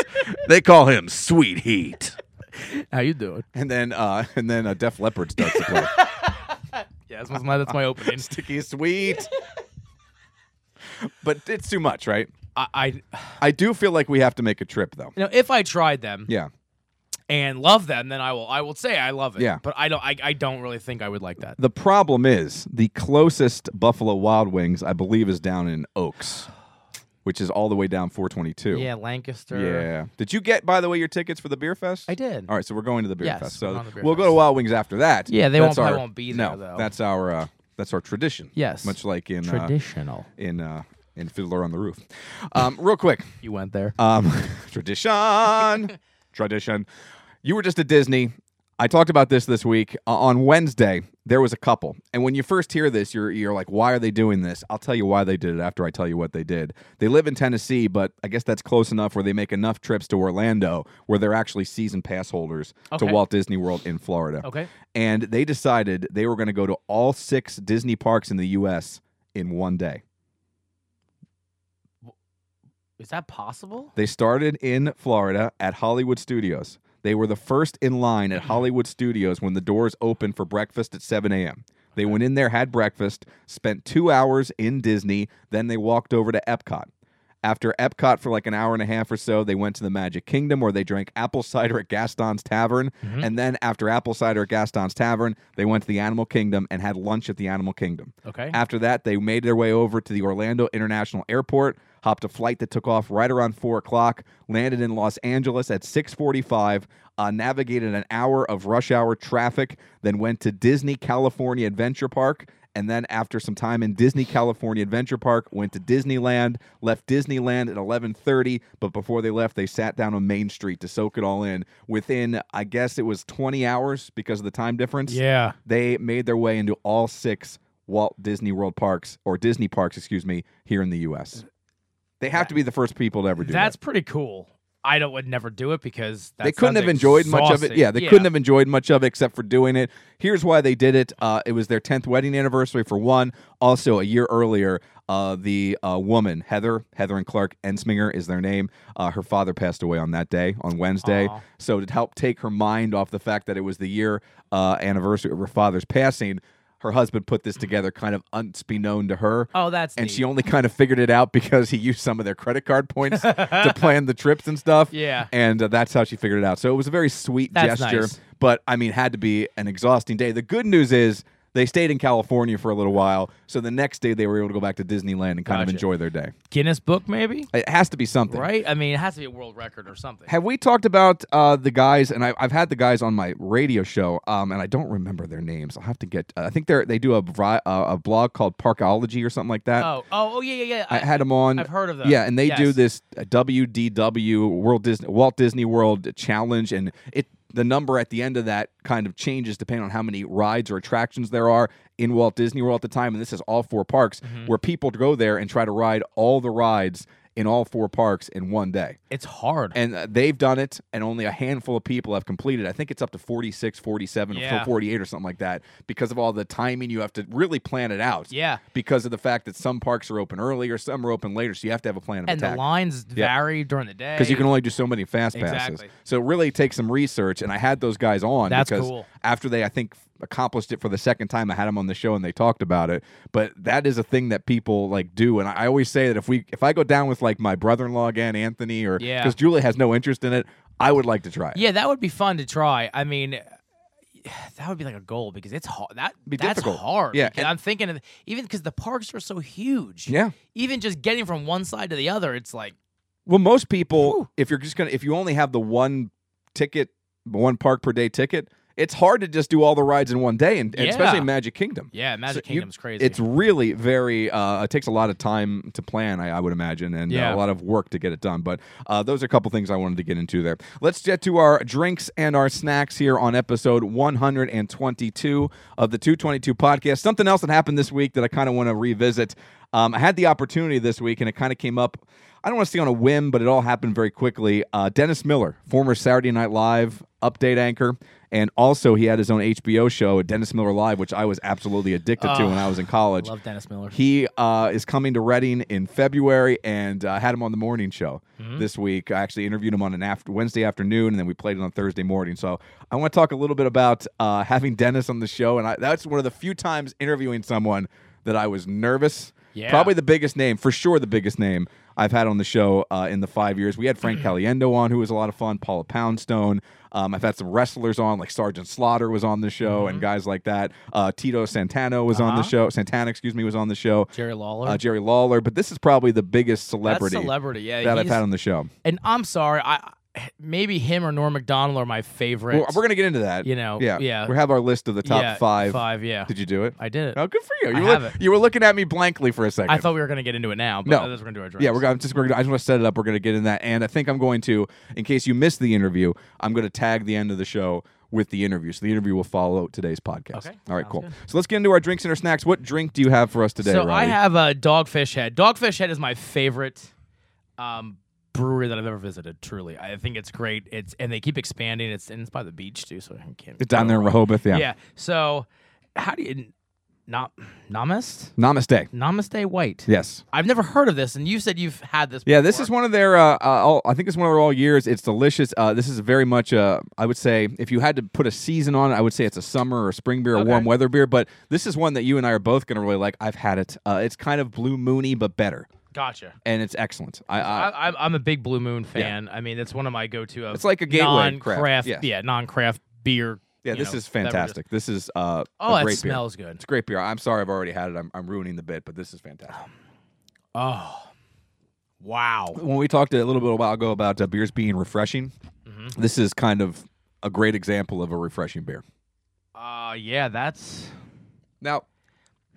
S1: they call him Sweet Heat.
S2: How you doing?
S1: And then, uh, and then a Def Leppard starts to play.
S2: Yeah, that's my that's my opening.
S1: Sticky sweet. but it's too much, right?
S2: I, I you
S1: I do feel like we have to make a trip, though.
S2: know if I tried them,
S1: Yeah.
S2: and love them, then I will. I will say I love it.
S1: Yeah.
S2: But I don't. I, I don't really think I would like that.
S1: The problem is the closest Buffalo Wild Wings, I believe, is down in Oaks, which is all the way down 422.
S2: Yeah, Lancaster.
S1: Yeah. Did you get, by the way, your tickets for the beer fest?
S2: I did.
S1: All right, so we're going to the beer
S2: Yes,
S1: fest.
S2: we're
S1: So
S2: on the beer
S1: we'll go to
S2: fest.
S1: Wild Wings after that.
S2: Yeah, they
S1: That's
S2: won't-
S1: our,
S2: I won't be
S1: No,
S2: there, though.
S1: that's our uh, that's our tradition.
S2: Yes.
S1: much like in uh,
S2: Traditional.
S1: in uh, in Fiddler on the Roof. Um, real quick,
S2: You went there.
S1: um, tradition, tradition. You were just at Disney. I talked about this this week Uh, on Wednesday. There was a couple, and when you first hear this, you're you're like, "Why are they doing this?" I'll tell you why they did it after I tell you what they did. They live in Tennessee, but I guess that's close enough where they make enough trips to Orlando where they're actually season pass holders
S2: Okay.
S1: to Walt Disney World in Florida.
S2: Okay.
S1: and they decided they were going to go to all six Disney parks in the U.S. in one day.
S2: Is that possible?
S1: They started in Florida at Hollywood Studios. They were the first in line at Hollywood Studios when the doors opened for breakfast at 7 a.m. They went in there, had breakfast, spent two hours in Disney, then they walked over to Epcot. After Epcot for like an hour and a half or so, they went to the Magic Kingdom where they drank apple cider at Gaston's Tavern. And then after apple cider at Gaston's Tavern, they went to the Animal Kingdom and had lunch at the Animal Kingdom.
S2: Okay.
S1: After that, they made their way over to the Orlando International Airport, hopped a flight that took off right around four o'clock, landed in Los Angeles at six forty-five, uh, navigated an hour of rush hour traffic, then went to Disney California Adventure Park. And then, after some time in Disney California Adventure Park, went to Disneyland. Left Disneyland at eleven thirty, but before they left, they sat down on Main Street to soak it all in. Within, I guess it was twenty hours because of the time difference
S2: Yeah.
S1: they made their way into all six Walt Disney World parks or Disney parks, excuse me, here in the U.S. They have to be the first people to ever do
S2: That's
S1: that.
S2: pretty cool. I don't would never do it because that
S1: They couldn't
S2: sounds
S1: have enjoyed much of it.
S2: exhausting.
S1: Yeah, they couldn't have enjoyed much of it except for doing it. Here's why they did it. Uh, it was their 10th wedding anniversary for one. Also, a year earlier, uh, the uh, woman, Heather, Heather and Clark Ensminger is their name. Uh, her father passed away on that day, on Wednesday.
S2: Aw.
S1: So, to help take her mind off the fact that it was the year uh, anniversary of her father's passing, her husband put this together kind of unbeknown to her.
S2: Oh, that's
S1: and
S2: neat.
S1: she only kind of figured it out because he used some of their credit card points to plan the trips and stuff.
S2: Yeah.
S1: And uh, that's how she figured it out. So it was a very sweet
S2: That's
S1: gesture,
S2: nice.
S1: but I mean, had to be an exhausting day. The good news is they stayed in California for a little while. So the next day they were able to go back to Disneyland and kind of
S2: Gotcha.
S1: enjoy their day.
S2: Guinness Book maybe.
S1: It has to be something.
S2: Right? I mean, it has to be a world record or something.
S1: Have we talked about uh, the guys? And I, I've had the guys on my radio show, um, and I don't remember their names. I'll have to get. uh, I think they're they do a vri- uh, a blog called Parkology or something like that.
S2: oh, oh, oh, yeah, yeah, yeah.
S1: I had them on.
S2: I've heard of them.
S1: that. Yeah, and they do
S2: Yes.
S1: this uh, WDW World Disney Walt Disney World Challenge, and it the number at the end of that kind of changes depending on how many rides or attractions there are in Walt Disney World at the time. And this is all four parks
S2: Mm-hmm.
S1: where people go there and try to ride all the rides in all four parks in one day.
S2: It's hard.
S1: And uh, they've done it, and only a handful of people have completed. I think it's up to 46, 47,
S2: Yeah.
S1: 48 or something like that because of all the timing. You have to really plan it out
S2: yeah.
S1: because of the fact that some parks are open earlier, some are open later. So you have to have a plan of
S2: And the
S1: attack
S2: lines
S1: Yeah.
S2: vary during the day.
S1: because you can only do so many fast passes.
S2: Exactly.
S1: So it really takes some research. And I had those guys on
S2: That's
S1: because
S2: cool.
S1: after they, I think, f- accomplished it for the second time, I had them on the show and they talked about it. But that is a thing that people like do. And I I always say that if we, if I go down with like my brother-in-law again, Anthony, or because
S2: Yeah.
S1: Julie has no interest in it, I would like to try it.
S2: Yeah, that would be fun to try. I mean, that would be like a goal because it's hard. That
S1: Be
S2: that's
S1: difficult.
S2: hard.
S1: Yeah,
S2: because
S1: and-
S2: I'm thinking of even because the parks are so huge.
S1: Yeah.
S2: even just getting from one side to the other, it's like
S1: Well, most people, if you're just gonna, if you only have the one ticket, one park per day ticket, it's hard to just do all the rides in one day, and, and especially
S2: Yeah.
S1: Magic Kingdom.
S2: Yeah, Magic
S1: you-
S2: Kingdom's crazy.
S1: It's really very. Uh, it takes a lot of time to plan, I, I would imagine, and uh,
S2: Yeah.
S1: a lot of work to get it done. But uh, those are a couple things I wanted to get into there. Let's get to our drinks and our snacks here on episode 122 of the 222 podcast. Something else that happened this week that I kind of want to revisit. Um, I had the opportunity this week, and it kind of came up. I don't want to say on a whim, but it all happened very quickly. Uh, Dennis Miller, former Saturday Night Live update anchor, and also he had his own HBO show, Dennis Miller Live, which I was absolutely addicted to when I was in college.
S2: Love Dennis Miller.
S1: He uh, is coming to Reading in February, and uh, I had him on the morning show this week. I actually interviewed him on an after Wednesday afternoon, and then we played it on Thursday morning. So I want to talk a little bit about uh, having Dennis on the show, and I, that's one of the few times interviewing someone that I was nervous.
S2: Yeah.
S1: Probably the biggest name, for sure, the biggest name I've had on the show uh, in the five years. We had Frank
S2: Mm-hmm.
S1: Caliendo on, who was a lot of fun. Paula Poundstone. Um, I've had some wrestlers on, like Sergeant Slaughter was on the show,
S2: Mm-hmm.
S1: and guys like that. Uh, Tito Santana was on the show. Santana, excuse me, was on the show.
S2: Uh-huh. Jerry Lawler.
S1: Uh, Jerry Lawler, but this is probably the biggest celebrity,
S2: celebrity, yeah,
S1: that I've
S2: he's-
S1: had on the show.
S2: and I'm sorry, I maybe him or Norm Macdonald are my favorite.
S1: Well, we're gonna get into that.
S2: You know,
S1: yeah,
S2: yeah.
S1: We have our list of the top
S2: Yeah,
S1: five.
S2: Five, yeah.
S1: Did you do it?
S2: I did it.
S1: Oh, good for you. You,
S2: I
S1: were,
S2: have
S1: look-
S2: it.
S1: you were looking at me blankly for a second.
S2: I thought we were going to get into it now, but
S1: No.
S2: that's we're going to do our drinks.
S1: Yeah, we're gonna I'm just. We're gonna, I just want to set it up. We're gonna get in that, and I think I'm going to, in case you missed the interview, I'm gonna tag the end of the show with the interview. So the interview will follow today's podcast.
S2: Okay,
S1: All right,
S2: sounds
S1: cool.
S2: good.
S1: So let's get into our drinks and our snacks. What drink do you have for us today?
S2: So I
S1: Robbie?
S2: have a Dogfish Head. Dogfish Head is my favorite um, brewery that I've ever visited. Truly, I think it's great. It's and they keep expanding. It's and it's by the beach too, so I can't.
S1: It's down there in Rehoboth. Yeah.
S2: Yeah. So how do you not namist?
S1: Namaste.
S2: Namaste White.
S1: Yes.
S2: I've never heard of this, and you said you've had this.
S1: Yeah, this
S2: before.
S1: is one of their. Uh, uh, all, I think it's one of their all years. It's delicious. Uh, this is very much. Uh, I would say if you had to put a season on it, I would say it's a summer or spring beer, or warm weather beer. But this is one that you and I are both going to really like. I've had it. Uh, it's kind of blue moony, but better,
S2: Gotcha.
S1: and it's excellent. I, I,
S2: I, I'm- I'm a big Blue Moon fan. I mean, it's one of my go-to. Of
S1: It's like a gateway
S2: non-craft,
S1: craft, yes.
S2: yeah, non-craft beer.
S1: yeah,
S2: you
S1: this
S2: know,
S1: is
S2: beverages.
S1: fantastic. This is uh,
S2: Oh,
S1: a
S2: it
S1: great beer.
S2: smells good.
S1: It's great beer. I'm sorry, I've already had it. I'm, I'm ruining the bit, but this is fantastic.
S2: Oh, wow.
S1: when we talked a little bit a while ago about uh, beers being refreshing,
S2: Mm-hmm.
S1: this is kind of a great example of a refreshing beer.
S2: Uh, yeah, that's.
S1: Now,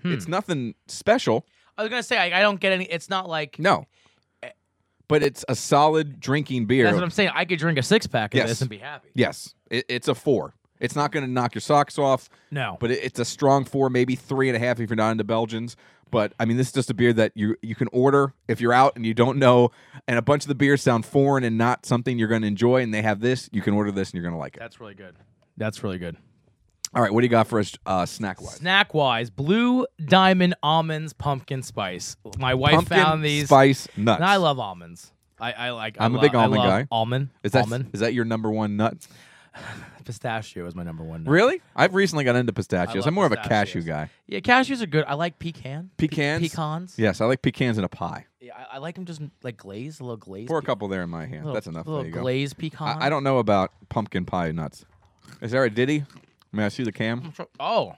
S2: Hmm.
S1: it's nothing special.
S2: I was gonna say I, I don't get any. It's not like
S1: No. But it's a solid drinking beer.
S2: that's what I'm saying. I could drink a six pack of
S1: Yes.
S2: this and be happy.
S1: yes. It, it's a four. It's not going to knock your socks off,
S2: No,
S1: but it, it's a strong four, maybe three and a half if you're not into Belgians. But I mean, this is just a beer that you you can order if you're out and you don't know. And a bunch of the beers sound foreign and not something you're going to enjoy. And they have this, you can order this and you're going to like it.
S2: that's really good. That's really good.
S1: All right, what do you got for us uh, snack wise?
S2: Snack wise, blue diamond almonds, pumpkin spice. My wife
S1: Pumpkin
S2: found these.
S1: spice nuts.
S2: And I love almonds. I, I like. I
S1: I'm a
S2: lo-
S1: big
S2: I
S1: almond
S2: love
S1: guy.
S2: Almond.
S1: Is that
S2: almond?
S1: is that your number one nut?
S2: Pistachio is my number one. nut.
S1: Really? I've recently got into pistachios.
S2: love
S1: I'm more
S2: pistachios.
S1: of a cashew guy.
S2: Yeah, cashews are good. I like pecan. Pe-
S1: Pecans.
S2: pecans.
S1: Yes, I like pecans in a pie.
S2: Yeah, I, I like them just like glazed, a little glazed.
S1: Pour a
S2: pe-
S1: couple there in my hand.
S2: little-
S1: That's enough.
S2: Little
S1: There you go.
S2: glazed pecan.
S1: I, I don't know about pumpkin pie nuts. Is there a ditty? May I see the cam?
S2: Oh,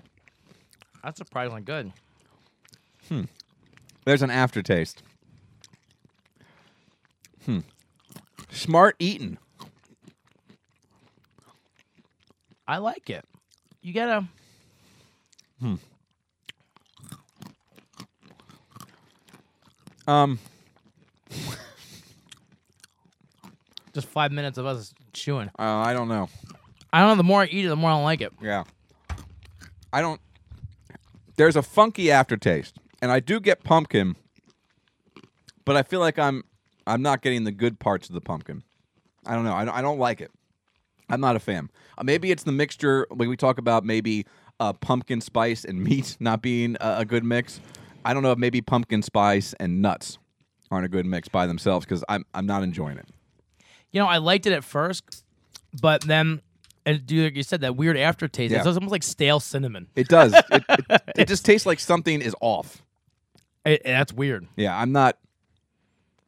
S2: that's surprisingly good.
S1: There's an aftertaste. Hmm. Smart eating.
S2: I like it. You gotta. Hmm.
S1: Um.
S2: Just five minutes of us chewing.
S1: Uh, I don't know.
S2: I don't know. The more I eat it, the more I don't like it.
S1: Yeah. I don't. There's a funky aftertaste, and I do get pumpkin, but I feel like I'm I'm not getting the good parts of the pumpkin. I don't know. I don't, I don't like it. I'm not a fan. Uh, maybe it's the mixture when we talk about maybe uh, pumpkin spice and meat not being a, a good mix. I don't know if maybe pumpkin spice and nuts aren't a good mix by themselves because I'm I'm not enjoying it.
S2: You know, I liked it at first, but then, and dude, like you said that weird aftertaste.
S1: Yeah.
S2: It's almost like stale cinnamon.
S1: It does. it, it, it just tastes like something is off.
S2: It- that's weird.
S1: Yeah, I'm not.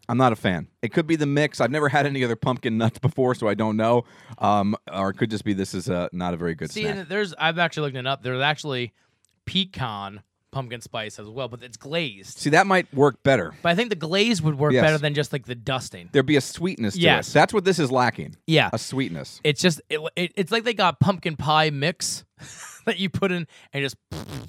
S1: I'm not a fan. It could be the mix. I've never had any other pumpkin nuts before, so I don't know. Um, or it could just be this is uh, not a very good
S2: See,
S1: snack.
S2: and there's I've actually looked it up. There's actually pecan pumpkin spice as well, but it's glazed.
S1: See, that might work better.
S2: But I think the glaze would work
S1: Yes.
S2: better than just like the dusting.
S1: There'd be a sweetness to
S2: Yes.
S1: it. That's what this is lacking.
S2: Yeah.
S1: A sweetness.
S2: It's just it, it, it's like they got pumpkin pie mix that you put in and just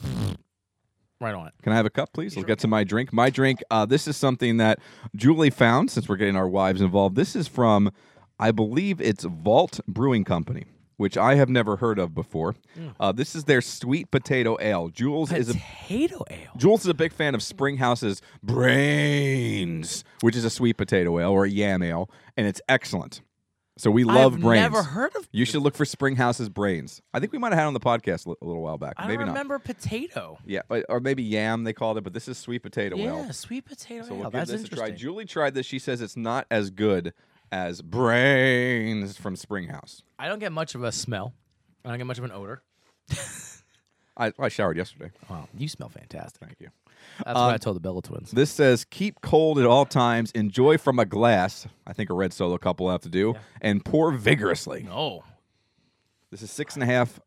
S2: right on it.
S1: Can I have a cup, please? Let's get to my drink. My drink, uh, this is something that Julie found since we're getting our wives involved. This is from, I believe it's Vault Brewing Company, which I have never heard of before.
S2: Mm.
S1: Uh, this is their sweet potato ale. Jules is a
S2: Potato ale.
S1: Jules is a big fan of Springhouse's Brains, which is a sweet potato ale or a yam ale, and it's excellent. So we love
S2: I've
S1: Brains.
S2: Never heard of.
S1: You should look for Springhouse's Brains. I think we might have had it on the podcast a li- a little while back.
S2: I
S1: maybe
S2: don't
S1: not.
S2: remember potato.
S1: Yeah, but- or maybe yam they called it, but this is sweet potato
S2: yeah,
S1: ale.
S2: sweet potato
S1: So
S2: ale.
S1: we'll give
S2: That's
S1: this a
S2: interesting.
S1: try. Julie tried this. She says it's not as good as Brains from Springhouse.
S2: I don't get much of a smell. I don't get much of an odor.
S1: I, I showered yesterday.
S2: Wow, you smell fantastic.
S1: Thank you. Um,
S2: That's what I told the Bella twins.
S1: This says keep cold at all times, enjoy from a glass. I think a red solo cup will have to do, and pour vigorously.
S2: Oh,
S1: This is six and a half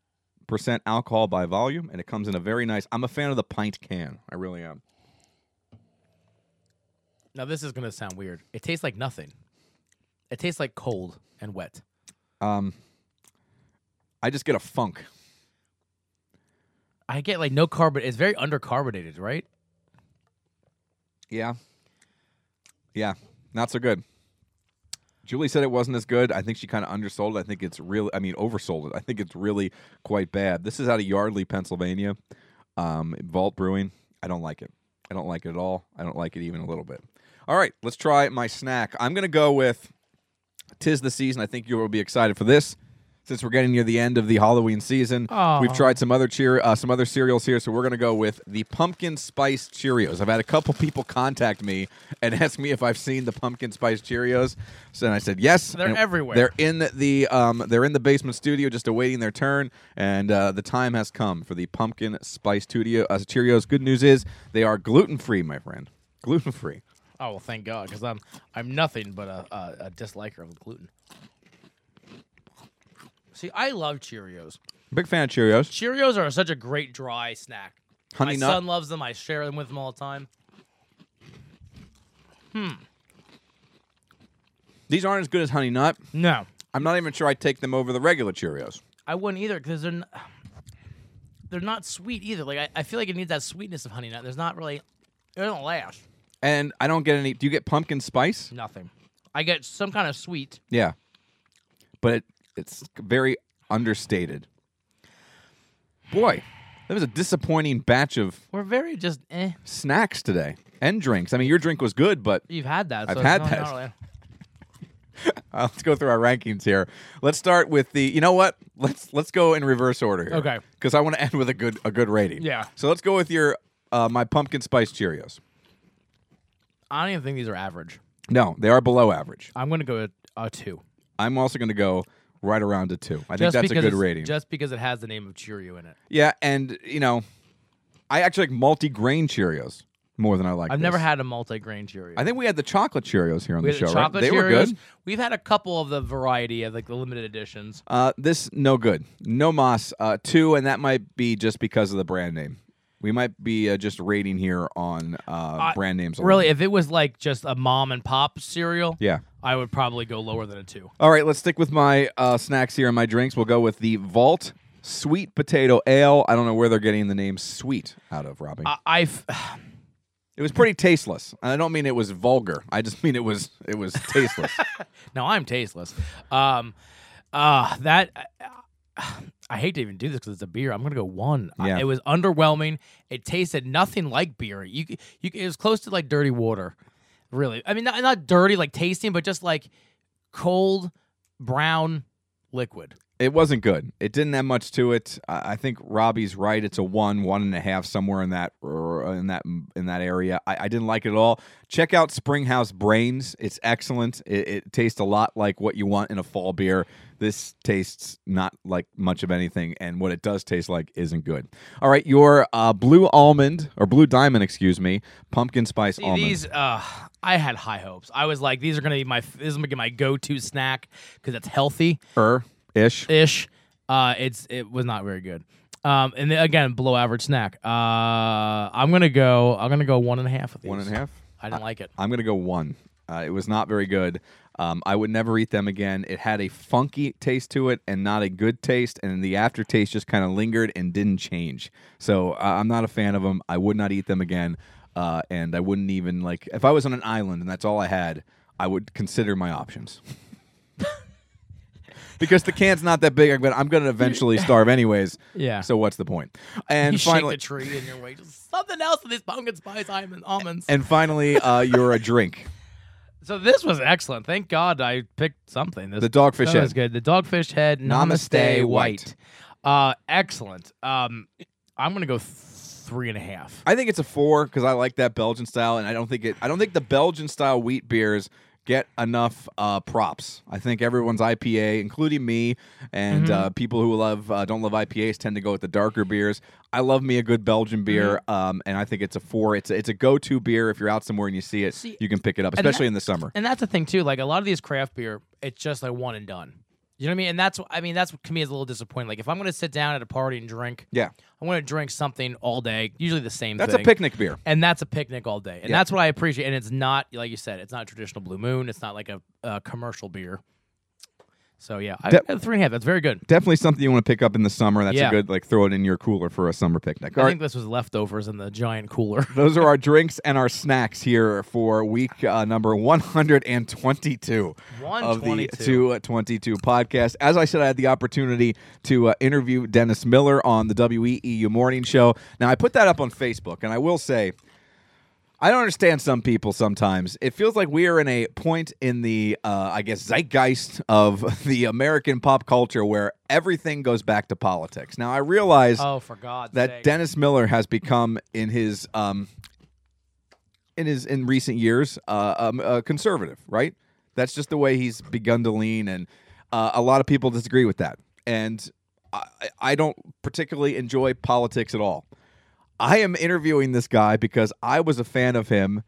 S1: percent alcohol by volume, and it comes in a very nice. I'm a fan of the pint can. I really am.
S2: now this is gonna sound weird. It tastes like nothing. It tastes like cold and wet.
S1: I just get a funk.
S2: I get like no carbon. It's very undercarbonated, right?
S1: Yeah. Yeah. Not so good. Julie said it wasn't as good. I think she kind of undersold it. I think it's really, I mean, oversold it. I think it's really quite bad. This is out of Yardley, Pennsylvania. Um, Vault Brewing. I don't like it. I don't like it at all. I don't like it even a little bit. All right, let's try my snack. I'm going to go with Tis the Season. I think you will be excited for this. Since we're getting near the end of the Halloween season, we've tried some other cheer, uh, some other cereals here, so we're gonna go with the pumpkin spice Cheerios. I've had a couple people contact me and ask me if I've seen the pumpkin spice Cheerios, so and I said yes.
S2: They're
S1: and
S2: everywhere.
S1: They're in the um, they're in the basement studio, just awaiting their turn, and uh, the time has come for the pumpkin spice studio uh, Cheerios. Good news is they are gluten free, my friend. Gluten free.
S2: Oh well, thank God, because I'm I'm nothing but a, a, a disliker of gluten. See, I love Cheerios.
S1: Big fan of Cheerios.
S2: Cheerios are such a great dry snack.
S1: Honey
S2: My
S1: nut.
S2: son loves them. I share them with him all the time.
S1: These aren't as good as Honey Nut.
S2: No,
S1: I'm not even sure I take them over the regular Cheerios.
S2: I wouldn't either because they're n- they're not sweet either. Like I, I feel like it needs that sweetness of honey nut. There's not really it don't last.
S1: And I don't get any. Do you get pumpkin spice?
S2: Nothing. I get some kind of sweet.
S1: Yeah, but it, it's very understated. Boy, that was a disappointing batch of
S2: We're very just eh.
S1: snacks today and drinks. I mean, your drink was good, but
S2: You've had that.
S1: I've
S2: so
S1: had
S2: it's not-
S1: that.
S2: not really-
S1: uh, let's go through our rankings here. Let's start with the. You know what? Let's let's go in reverse order here.
S2: Okay.
S1: Because I want to end with a good a good rating.
S2: Yeah.
S1: So let's go with your uh, my pumpkin spice Cheerios.
S2: I don't even think these are average.
S1: No, they are below average.
S2: I'm gonna go a, a two.
S1: I'm also going to go right around a two. I think
S2: Just
S1: that's a
S2: because
S1: good
S2: it's-
S1: rating.
S2: Just because it has the name of Cheerio in it.
S1: yeah, and you know, I actually like multi-grain Cheerios more than I like.
S2: I've
S1: this.
S2: never had a multi-grain Cheerio.
S1: I think we had the chocolate Cheerios here on
S2: we
S1: the
S2: had
S1: show.
S2: the chocolate
S1: right? They
S2: Cheerios.
S1: were good.
S2: We've had a couple of the variety of like the limited editions.
S1: Uh, this no good. No moss. Uh, two, and that might be just because of the brand name. We might be uh, just rating here on uh, brand names. alone.
S2: Really, if it was like just a mom and pop cereal,
S1: Yeah.
S2: I would probably go lower than a two.
S1: All right, let's stick with my uh, snacks here and my drinks. We'll go with the Vault Sweet Potato Ale. I don't know where they're getting the name sweet out of, Robbie.
S2: I, I f-
S1: It was pretty tasteless. And I don't mean it was vulgar. I just mean it was it was tasteless.
S2: no, I'm tasteless. Um, uh, that I- I hate to even do this because it's a beer. I'm gonna go one. I-
S1: Yeah.
S2: it was underwhelming. It tasted nothing like beer. You, c- you, c- it was close to like dirty water. Really, I mean, not, not dirty like tasting, but just like cold brown liquid.
S1: it wasn't good. It didn't have much to it. I I think Robbie's right. It's a one, one and a half somewhere in that or in that in that area. I, I didn't like it at all. Check out Springhouse Brains. It's excellent. It, it tastes a lot like what you want in a fall beer. This tastes not like much of anything, and what it does taste like isn't good. All right, your uh, blue almond or blue diamond, excuse me, pumpkin spice
S2: See,
S1: almond.
S2: these, uh, I had high hopes. I was like, these are gonna be my, this is gonna be my go-to snack because it's healthy.
S1: er ish.
S2: ish. Uh, it's it was not very good. Um, and then, again, below average snack. Uh, I'm gonna go. I'm gonna go one and a half of these.
S1: One and a half.
S2: I didn't like it.
S1: I'm gonna go one. Uh, it was not very good. Um, I would never eat them again. It had a funky taste to it and not a good taste, and the aftertaste just kind of lingered and didn't change. So uh, I'm not a fan of them. I would not eat them again, uh, and I wouldn't even like if I was on an island and that's all I had. I would consider my options because the can's not that big. I'm gonna, I'm gonna eventually starve anyways.
S2: Yeah.
S1: So what's the point? And
S2: you
S1: finally,
S2: shake the tree in your way. Just something else with these pumpkin spice almond- almonds.
S1: and finally, uh, you're a drink.
S2: so this was excellent. Thank God I picked something. This
S1: The dogfish
S2: that was
S1: head.
S2: good. The dogfish head. Namaste,
S1: Namaste,
S2: white. Uh, excellent. Um, I'm gonna go th- three and a half.
S1: I think it's a four because I like that Belgian style, and I don't think it. I don't think the Belgian style wheat beers get enough uh, props. I think everyone's IPA, including me, and uh, people who love uh, don't love IPAs tend to go with the darker beers. I love me a good Belgian beer, um, and I think it's a four. It's a, it's a go to beer if you're out somewhere and you see it,
S2: See,
S1: you can pick it up,
S2: and that-
S1: especially in the summer.
S2: And that's the thing too. Like a lot of these craft beer, it's just like one and done. You know what I mean? And that's I mean that's what to me is a little disappointing. Like if I'm gonna sit down at a party and drink,
S1: Yeah,
S2: I want to drink something all day. Usually the same.
S1: that's a
S2: thing.
S1: picnic beer.
S2: And that's a picnic all day. And that's what I appreciate. And it's not like you said, it's not a traditional Blue Moon. It's not like a, a commercial beer. So yeah, I,
S1: Dep-
S2: I- three and a half. That's very good.
S1: Definitely something you want to pick up in the summer. That's
S2: Yeah.
S1: a good like throw it in your cooler for a summer picnic. All
S2: I
S1: right.
S2: think this was leftovers in the giant cooler.
S1: Those are our drinks and our snacks here for week uh, number 122 of the
S2: 122.
S1: 222 podcast. As I said, I had the opportunity to uh, interview Dennis Miller on the WEEU Morning Show. Now, I put that up on Facebook, and I will say, I don't understand some people sometimes. It feels like we are in a point in the, uh, I guess, zeitgeist of the American pop culture where everything goes back to politics. Now, I realize
S2: oh, for God's
S1: that
S2: sake.
S1: Dennis Miller has become in his um in his in recent years uh, um, a conservative, right? That's just the way he's begun to lean, and uh, a lot of people disagree with that. And I, I don't particularly enjoy politics at all. I am interviewing this guy because I was a fan of him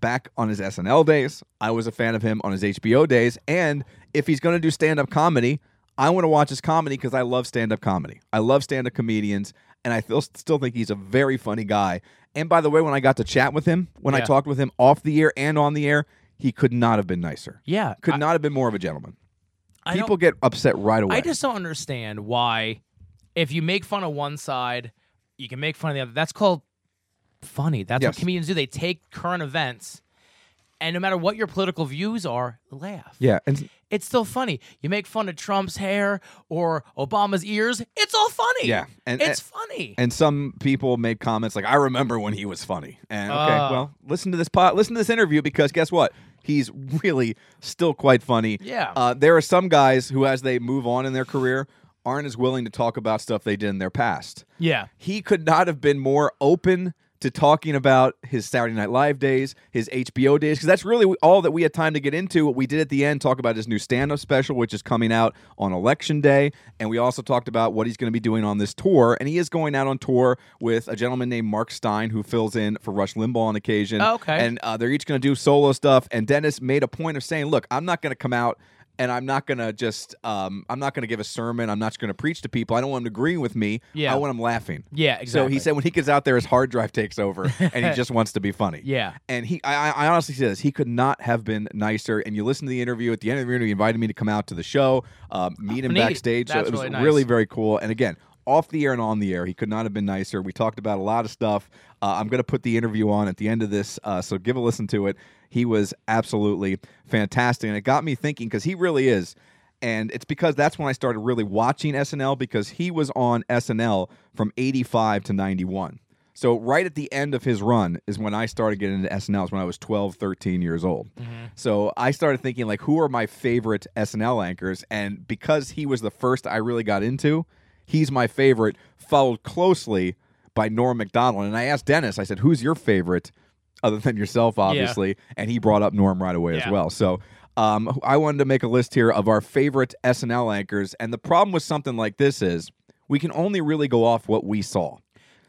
S1: back on his SNL days. I was a fan of him on his HBO days. And if he's going to do stand up comedy, I want to watch his comedy because I love stand up comedy. I love stand up comedians. And I feel, still think he's a very funny guy. And by the way, when I got to chat with him, when I
S2: Yeah.
S1: talked with him off the air and on the air, he could not have been nicer.
S2: yeah,
S1: Could
S2: I-
S1: not have been more of a gentleman.
S2: I don't-
S1: People get upset right away.
S2: I just don't understand why, if you make fun of one side, you can make fun of the other. That's called funny. That's
S1: Yes.
S2: what comedians do. They take current events, and no matter what your political views are, laugh.
S1: yeah. And
S2: It's still funny. You make fun of Trump's hair or Obama's ears. It's all funny.
S1: Yeah, and-
S2: it's
S1: and-
S2: funny.
S1: and some people made comments like, "I remember when he was funny." And okay,
S2: Ah.
S1: well, listen to this pot, listen to this interview because guess what? He's really still quite funny.
S2: Yeah.
S1: Uh, there are some guys who, as they move on in their career, aren't as willing to talk about stuff they did in their past.
S2: yeah.
S1: He could not have been more open to talking about his Saturday Night Live days, his HBO days, because that's really all that we had time to get into. What we did at the end, talk about his new stand up special, which is coming out on election day. And we also talked about what he's going to be doing on this tour. And he is going out on tour with a gentleman named Mark Stein, who fills in for Rush Limbaugh on occasion.
S2: Oh, okay.
S1: And uh, they're each going to do solo stuff. And Dennis made a point of saying, "Look, I'm not going to come out." And I'm not gonna just, um, I'm not gonna give a sermon. I'm not just gonna preach to people. I don't want them agreeing with me.
S2: Yeah.
S1: I want them laughing.
S2: Yeah,
S1: So he
S2: exactly.
S1: said when he gets out there, his hard drive takes over, and he just wants to be funny.
S2: Yeah.
S1: And he, I, I I honestly say this, he could not have been nicer. And you listen to the interview at the end of the interview, he invited me to come out to the show, um, meet him
S2: neat.
S1: backstage. so
S2: That's
S1: it was
S2: really nice.
S1: very cool. And again. Off the air and on the air, he could not have been nicer. We talked about a lot of stuff. Uh, I'm going to put the interview on at the end of this, uh, so give a listen to it. He was absolutely fantastic, and it got me thinking because he really is. And it's because that's when I started really watching SNL because he was on SNL from 85 to 91. So right at the end of his run is when I started getting into SNL. It's when I was 12, 13 years old. So I started thinking like, who are my favorite SNL anchors? And because he was the first I really got into, he's my favorite, followed closely by Norm Macdonald. And I asked Dennis, I said, who's your favorite other than yourself, obviously? And he brought up Norm right away as
S2: Yeah.
S1: well. So um, I wanted to make a list here of our favorite SNL anchors. And the problem with something like this is we can only really go off what we saw.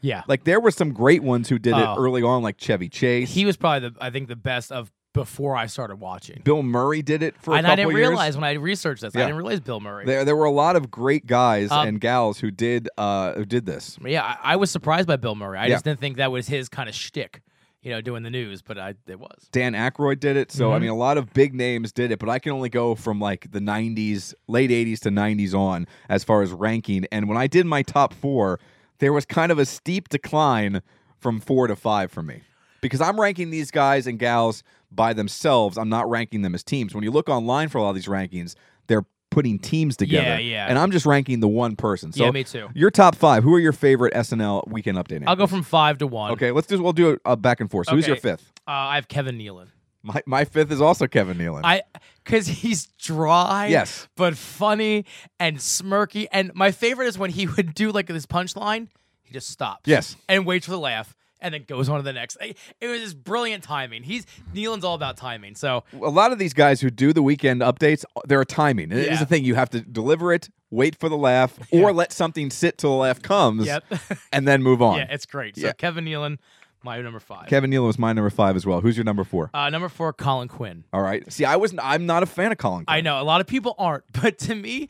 S2: Yeah.
S1: Like there were some great ones who did it
S2: Oh.
S1: early on, like Chevy Chase.
S2: he was probably the I think the best of before I started watching.
S1: Bill Murray did it for a
S2: and
S1: couple
S2: I didn't
S1: years.
S2: realize when I researched this, I
S1: Yeah.
S2: didn't realize Bill Murray.
S1: There, there were a lot of great guys
S2: Um,
S1: and gals who did uh, who did this.
S2: yeah, I, I was surprised by Bill Murray. I
S1: Yeah.
S2: just didn't think that was his kind of shtick, you know, doing the news, but I it was.
S1: Dan Aykroyd did it.
S2: Mm-hmm.
S1: So I mean, a lot of big names did it, but I can only go from like the '90s, late '80s to '90s on as far as ranking. And when I did my top four, there was kind of a steep decline from four to five for me because I'm ranking these guys and gals by themselves. I'm not ranking them as teams. When you look online for a lot of these rankings, they're putting teams together.
S2: Yeah, yeah.
S1: And I'm just ranking the one person. So
S2: Yeah, me too.
S1: Your top five. Who are your favorite SNL weekend update?
S2: I'll go
S1: anchors?
S2: from five to one.
S1: Okay, let's do. We'll do a, a back and forth. So who's your
S2: Okay.
S1: fifth?
S2: Uh, I have Kevin Nealon.
S1: My, my fifth is also Kevin Nealon.
S2: I because he's dry,
S1: Yes.
S2: but funny and smirky. And my favorite is when he would do like this punchline, he just stops,
S1: Yes.
S2: and waits for the laugh, and then goes on to the next. It it was just brilliant timing. He's Nealon's all about timing. So
S1: a lot of these guys who do the weekend updates, they're a timing. It is
S2: Yeah.
S1: a thing. You have to deliver it, wait for the laugh, or let something sit till the laugh comes,
S2: Yep.
S1: and then move on.
S2: yeah, it's great. So
S1: Yeah.
S2: Kevin Nealon, my number five.
S1: Kevin Nealon was my number five as well. Who's your number four?
S2: uh, number four, Colin Quinn.
S1: All right. See, I was I'm not a fan of Colin.
S2: I
S1: Quinn.
S2: know a lot of people aren't, but to me,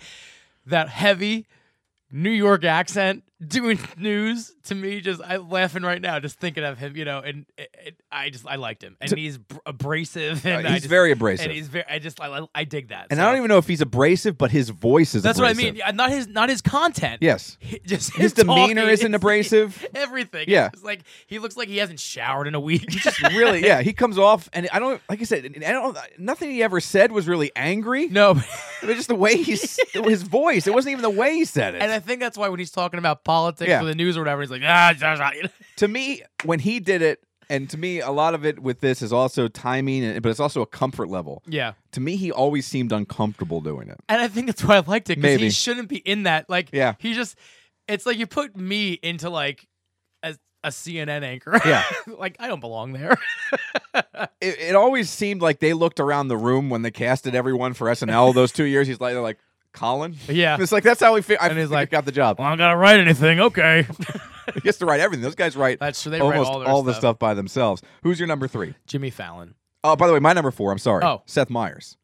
S2: that heavy New York accent doing news to me just I'm laughing right now just thinking of him, you know, and it, it- I just I liked him, and he's br- abrasive, and
S1: Uh,
S2: I
S1: he's
S2: just-
S1: very abrasive.
S2: and he's very. I just I, I dig that,
S1: and
S2: so.
S1: I don't even know if he's abrasive, but his voice is.
S2: That's
S1: abrasive.
S2: what I mean. Yeah, Not his not his content.
S1: Yes.
S2: He- just
S1: His
S2: him
S1: demeanor
S2: talking,
S1: isn't
S2: it's-
S1: abrasive.
S2: Everything.
S1: Yeah.
S2: It's like he looks like he hasn't showered in a week.
S1: Just really, yeah. He comes off, and I don't like I said. I don't. Nothing he ever said was really angry.
S2: no.
S1: it was just the way he's his voice. It wasn't even the way he said it.
S2: And I think that's why when he's talking about politics
S1: Yeah.
S2: or the news or whatever, he's like, ah, zah, zah," you know?
S1: to me, when he did it, and to me, a lot of it with this is also timing, and- but it's also a comfort level.
S2: yeah.
S1: To me, he always seemed uncomfortable doing it.
S2: And I think that's why I liked it because
S1: Maybe.
S2: he shouldn't be in that. Like,
S1: Yeah.
S2: he just, it's like you put me into like a, a CNN anchor.
S1: Yeah.
S2: like, I don't belong there.
S1: it. It always seemed like they looked around the room when they casted everyone for SNL those two years. He's like, they're like, Colin?
S2: Yeah.
S1: It's like, that's how we feel. I
S2: And he's
S1: think I
S2: like,
S1: got the job.
S2: well, I'm going to write anything. Okay.
S1: He gets to write everything. Those guys write
S2: That's true. They write
S1: almost
S2: all
S1: the
S2: their stuff.
S1: stuff by themselves. Who's your number three?
S2: Jimmy Fallon.
S1: Oh, by the way, my number four, I'm sorry.
S2: Oh.
S1: Seth Meyers.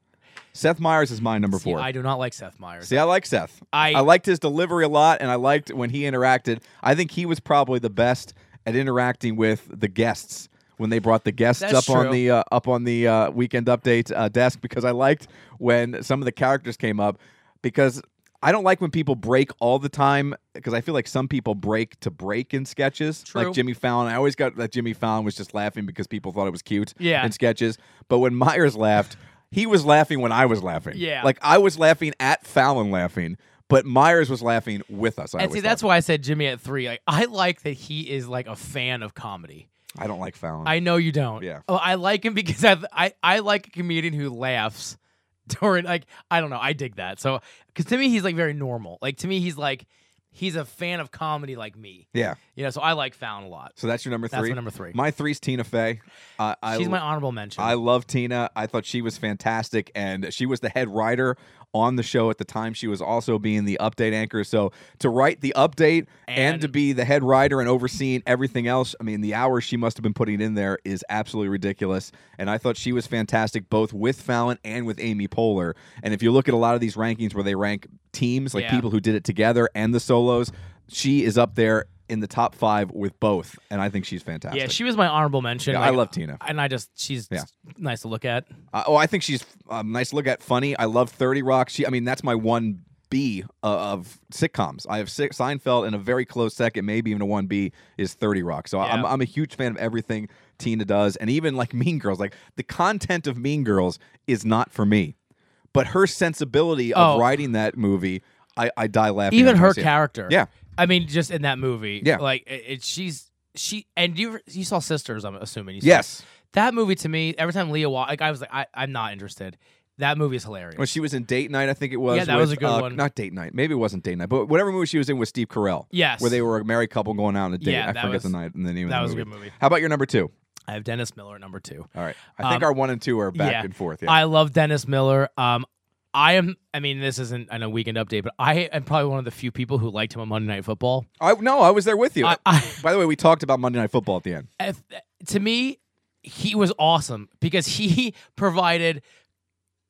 S1: Seth Meyers is my number
S2: See,
S1: four.
S2: I do not like Seth Meyers.
S1: See, I like Seth.
S2: I-
S1: liked his delivery a lot, and I liked when he interacted. I think he was probably the best at interacting with the guests when they brought the guests
S2: That's
S1: up on
S2: true.
S1: the uh, up on the uh, weekend update uh, desk because I liked when some of the characters came up because. I don't like when people break all the time because I feel like some people break to break in sketches.
S2: True.
S1: Like Jimmy Fallon. I always got that Jimmy Fallon was just laughing because people thought it was cute
S2: Yeah.
S1: in sketches. But when Myers laughed, he was laughing when I was laughing.
S2: Yeah.
S1: Like I was laughing at Fallon laughing, but Myers was laughing with us. I
S2: and see,
S1: always
S2: that's
S1: thought.
S2: why I said Jimmy at three. Like, I like that he is like a fan of comedy.
S1: I don't like Fallon.
S2: I know you don't.
S1: Yeah.
S2: Oh, I like him because I, I I like a comedian who laughs during like I don't know. I dig that. So because to me he's like very normal. Like to me he's like he's a fan of comedy like me.
S1: yeah.
S2: You know. So I like Fallon a lot.
S1: So that's your number three.
S2: That's my number three.
S1: My three's Tina Fey. I I,
S2: She's my honorable mention.
S1: I love Tina. I thought she was fantastic, and she was the head writer on the show at the time. She was also being the update anchor. So to write the update and,
S2: And-
S1: to be the head writer and overseeing everything else, I mean, the hours she must have been putting in there is absolutely ridiculous. And I thought she was fantastic both with Fallon and with Amy Poehler. And if you look at a lot of these rankings where they rank teams, like
S2: Yeah.
S1: people who did it together and the solos, she is up there in the top five with both. And I think she's fantastic.
S2: yeah, she was my honorable mention.
S1: Yeah, I love Tina.
S2: and I just she's
S1: Yeah.
S2: nice to look at.
S1: Uh, oh, I think she's um, nice. to Look at funny. I love Thirty Rock. She, I mean, that's my one B uh, of sitcoms. I have Se- Seinfeld, and a very close second, maybe even a one B is Thirty Rock. So I'm,
S2: Yeah.
S1: I'm a huge fan of everything Tina does, and even like Mean Girls. Like the content of Mean Girls is not for me, but her sensibility of
S2: Oh.
S1: writing that movie, I, I die laughing.
S2: Even
S1: every time I
S2: her
S1: see it.
S2: character.
S1: Yeah.
S2: I mean, just in that movie.
S1: Yeah.
S2: Like it, it- she's she and you you saw Sisters. I'm assuming. You saw
S1: Yes,
S2: That movie to me, every time Leah walked, like I was like, I, I'm not interested. That movie is hilarious.
S1: when she was in Date Night, I think it was.
S2: Yeah, that
S1: with,
S2: was a good
S1: uh,
S2: one.
S1: Not Date Night, maybe it wasn't Date Night, but whatever movie she was in with Steve Carell.
S2: Yes.
S1: where they were a married couple going out on a date.
S2: Yeah,
S1: I
S2: that
S1: forget
S2: was-
S1: the night and the name of
S2: that
S1: the
S2: was a
S1: movie.
S2: good movie.
S1: How about your number two?
S2: I have Dennis Miller at number two.
S1: All right, I think
S2: Um,
S1: our one and two are back
S2: Yeah.
S1: and forth. Yeah.
S2: I love Dennis Miller. Um, I am. I mean, this isn't I know weekend update, but I am probably one of the few people who liked him on Monday Night Football.
S1: I, no, I was there with you.
S2: I, I,
S1: By the way, we talked about Monday Night Football at the end.
S2: if, to me, he was awesome because he provided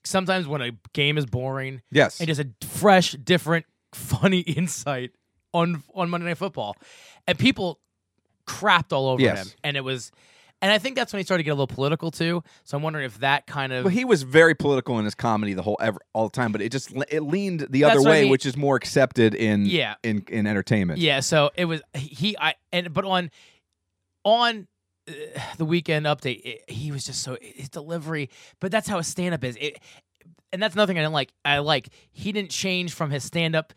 S2: sometimes when a game is boring
S1: Yes.
S2: and just a fresh, different, funny insight on on Monday Night Football, and people crapped all over
S1: Yes.
S2: him, and it was. And I think that's when he started to get a little political too. So I'm wondering if that kind of
S1: But he was very political in his comedy the whole ever, all the time. But it just le- it leaned the
S2: That's
S1: other
S2: what I
S1: way,
S2: mean.
S1: which is more accepted in
S2: Yeah.
S1: in in entertainment.
S2: Yeah, so it was he I and but on on uh, the weekend update it, he was just so his delivery, but that's how his stand up is. It and that's nothing I didn't like. I like he didn't change from his stand up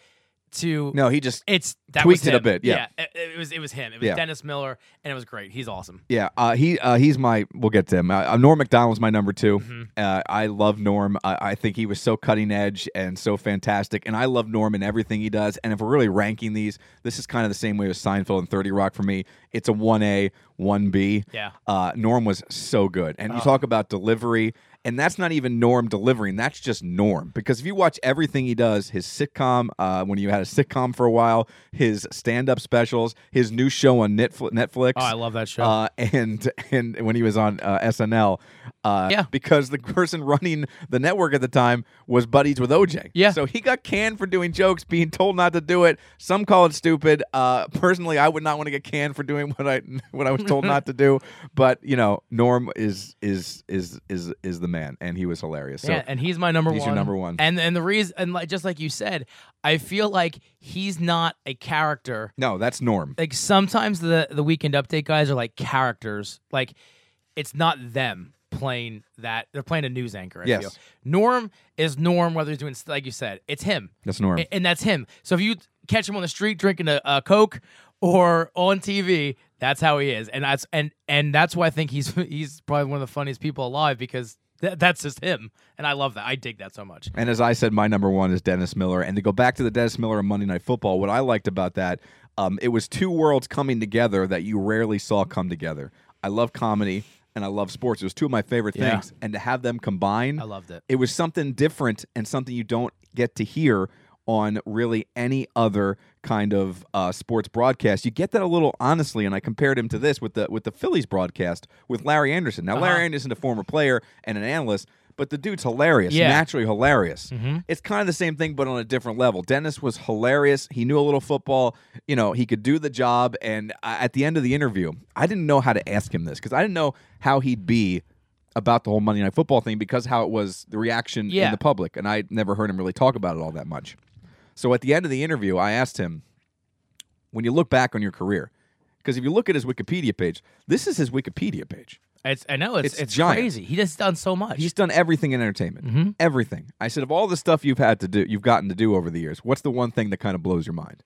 S2: to
S1: No, he just
S2: it's that
S1: tweaked
S2: was
S1: it a
S2: him.
S1: bit, yeah.
S2: it, it was it was him. It was
S1: Yeah.
S2: Dennis Miller and it was great. He's awesome.
S1: Yeah, uh, he uh, he's my. We'll get to him. Uh, uh, Norm McDonald's my number 2
S2: Mm-hmm.
S1: Uh, I love Norm. I, I think he was so cutting edge and so fantastic, and I love Norm and everything he does. And if we're really ranking these, this is kind of the same way with Seinfeld and Thirty Rock for me. It's a one A, one B.
S2: Yeah. Oh.
S1: Uh, Norm was so good, and you talk about delivery, and that's not even Norm delivering. That's just Norm because if you watch everything he does, his sitcom, uh, when he had a sitcom for a while, his stand-up specials, his new show on Netflix. Netflix.
S2: Oh, I love that show.
S1: Uh, and and when he was on uh, SNL, uh,
S2: Yeah.
S1: because the person running the network at the time was buddies with OJ.
S2: Yeah.
S1: so he got canned for doing jokes, being told not to do it. Some call it stupid. Uh, personally, I would not want to get canned for doing what I what I was told not to do. But you know, Norm is is is is is the man, and he was hilarious. So
S2: yeah, and he's my number
S1: he's
S2: one.
S1: your number one.
S2: And and the reason and like just like you said, I feel like he's not a character
S1: no, that's Norm.
S2: like sometimes the the weekend update guys are like characters. Like it's not them playing that they're playing a news anchor. I
S1: Yes.
S2: feel. Norm is Norm whether he's doing like you said, it's him.
S1: That's Norm.
S2: A- and that's him. So if you catch him on the street drinking a, a coke or on TV, that's how he is. And that's and and that's why I think he's he's probably one of the funniest people alive because th- that's just him. And I love that. I dig that so much.
S1: And as I said, my number one is Dennis Miller. And to go back to the Dennis Miller and Monday Night Football, what I liked about that, um, it was two worlds coming together that you rarely saw come together. I love comedy and I love sports. It was two of my favorite
S2: Yeah.
S1: things. And to have them combine,
S2: I loved it.
S1: it was something different and something you don't get to hear on really any other kind of uh, sports broadcast. You get that a little honestly, and I compared him to this with the with the Phillies broadcast with Larry Anderson. Now
S2: Uh-huh.
S1: Larry Anderson, a former player and an analyst, but the dude's hilarious,
S2: Yeah.
S1: naturally hilarious. It's kind of the same thing, but on a different level. Dennis was hilarious. He knew a little football. You know, he could do the job. And I, at the end of the interview, I didn't know how to ask him this because I didn't know how he'd be about the whole Monday Night Football thing because how it was the reaction in
S2: Yeah.
S1: the public, and I never heard him really talk about it all that much. So at the end of the interview, I asked him, "When you look back on your career, because if you look at his Wikipedia page, this is his Wikipedia page.
S2: It's I know it's
S1: It's
S2: it's,
S1: giant.
S2: crazy. He just done so much.
S1: He's done everything in entertainment,
S2: Mm-hmm.
S1: everything." I said, "Of all the stuff you've had to do, you've gotten to do over the years, what's the one thing that kind of blows your mind?"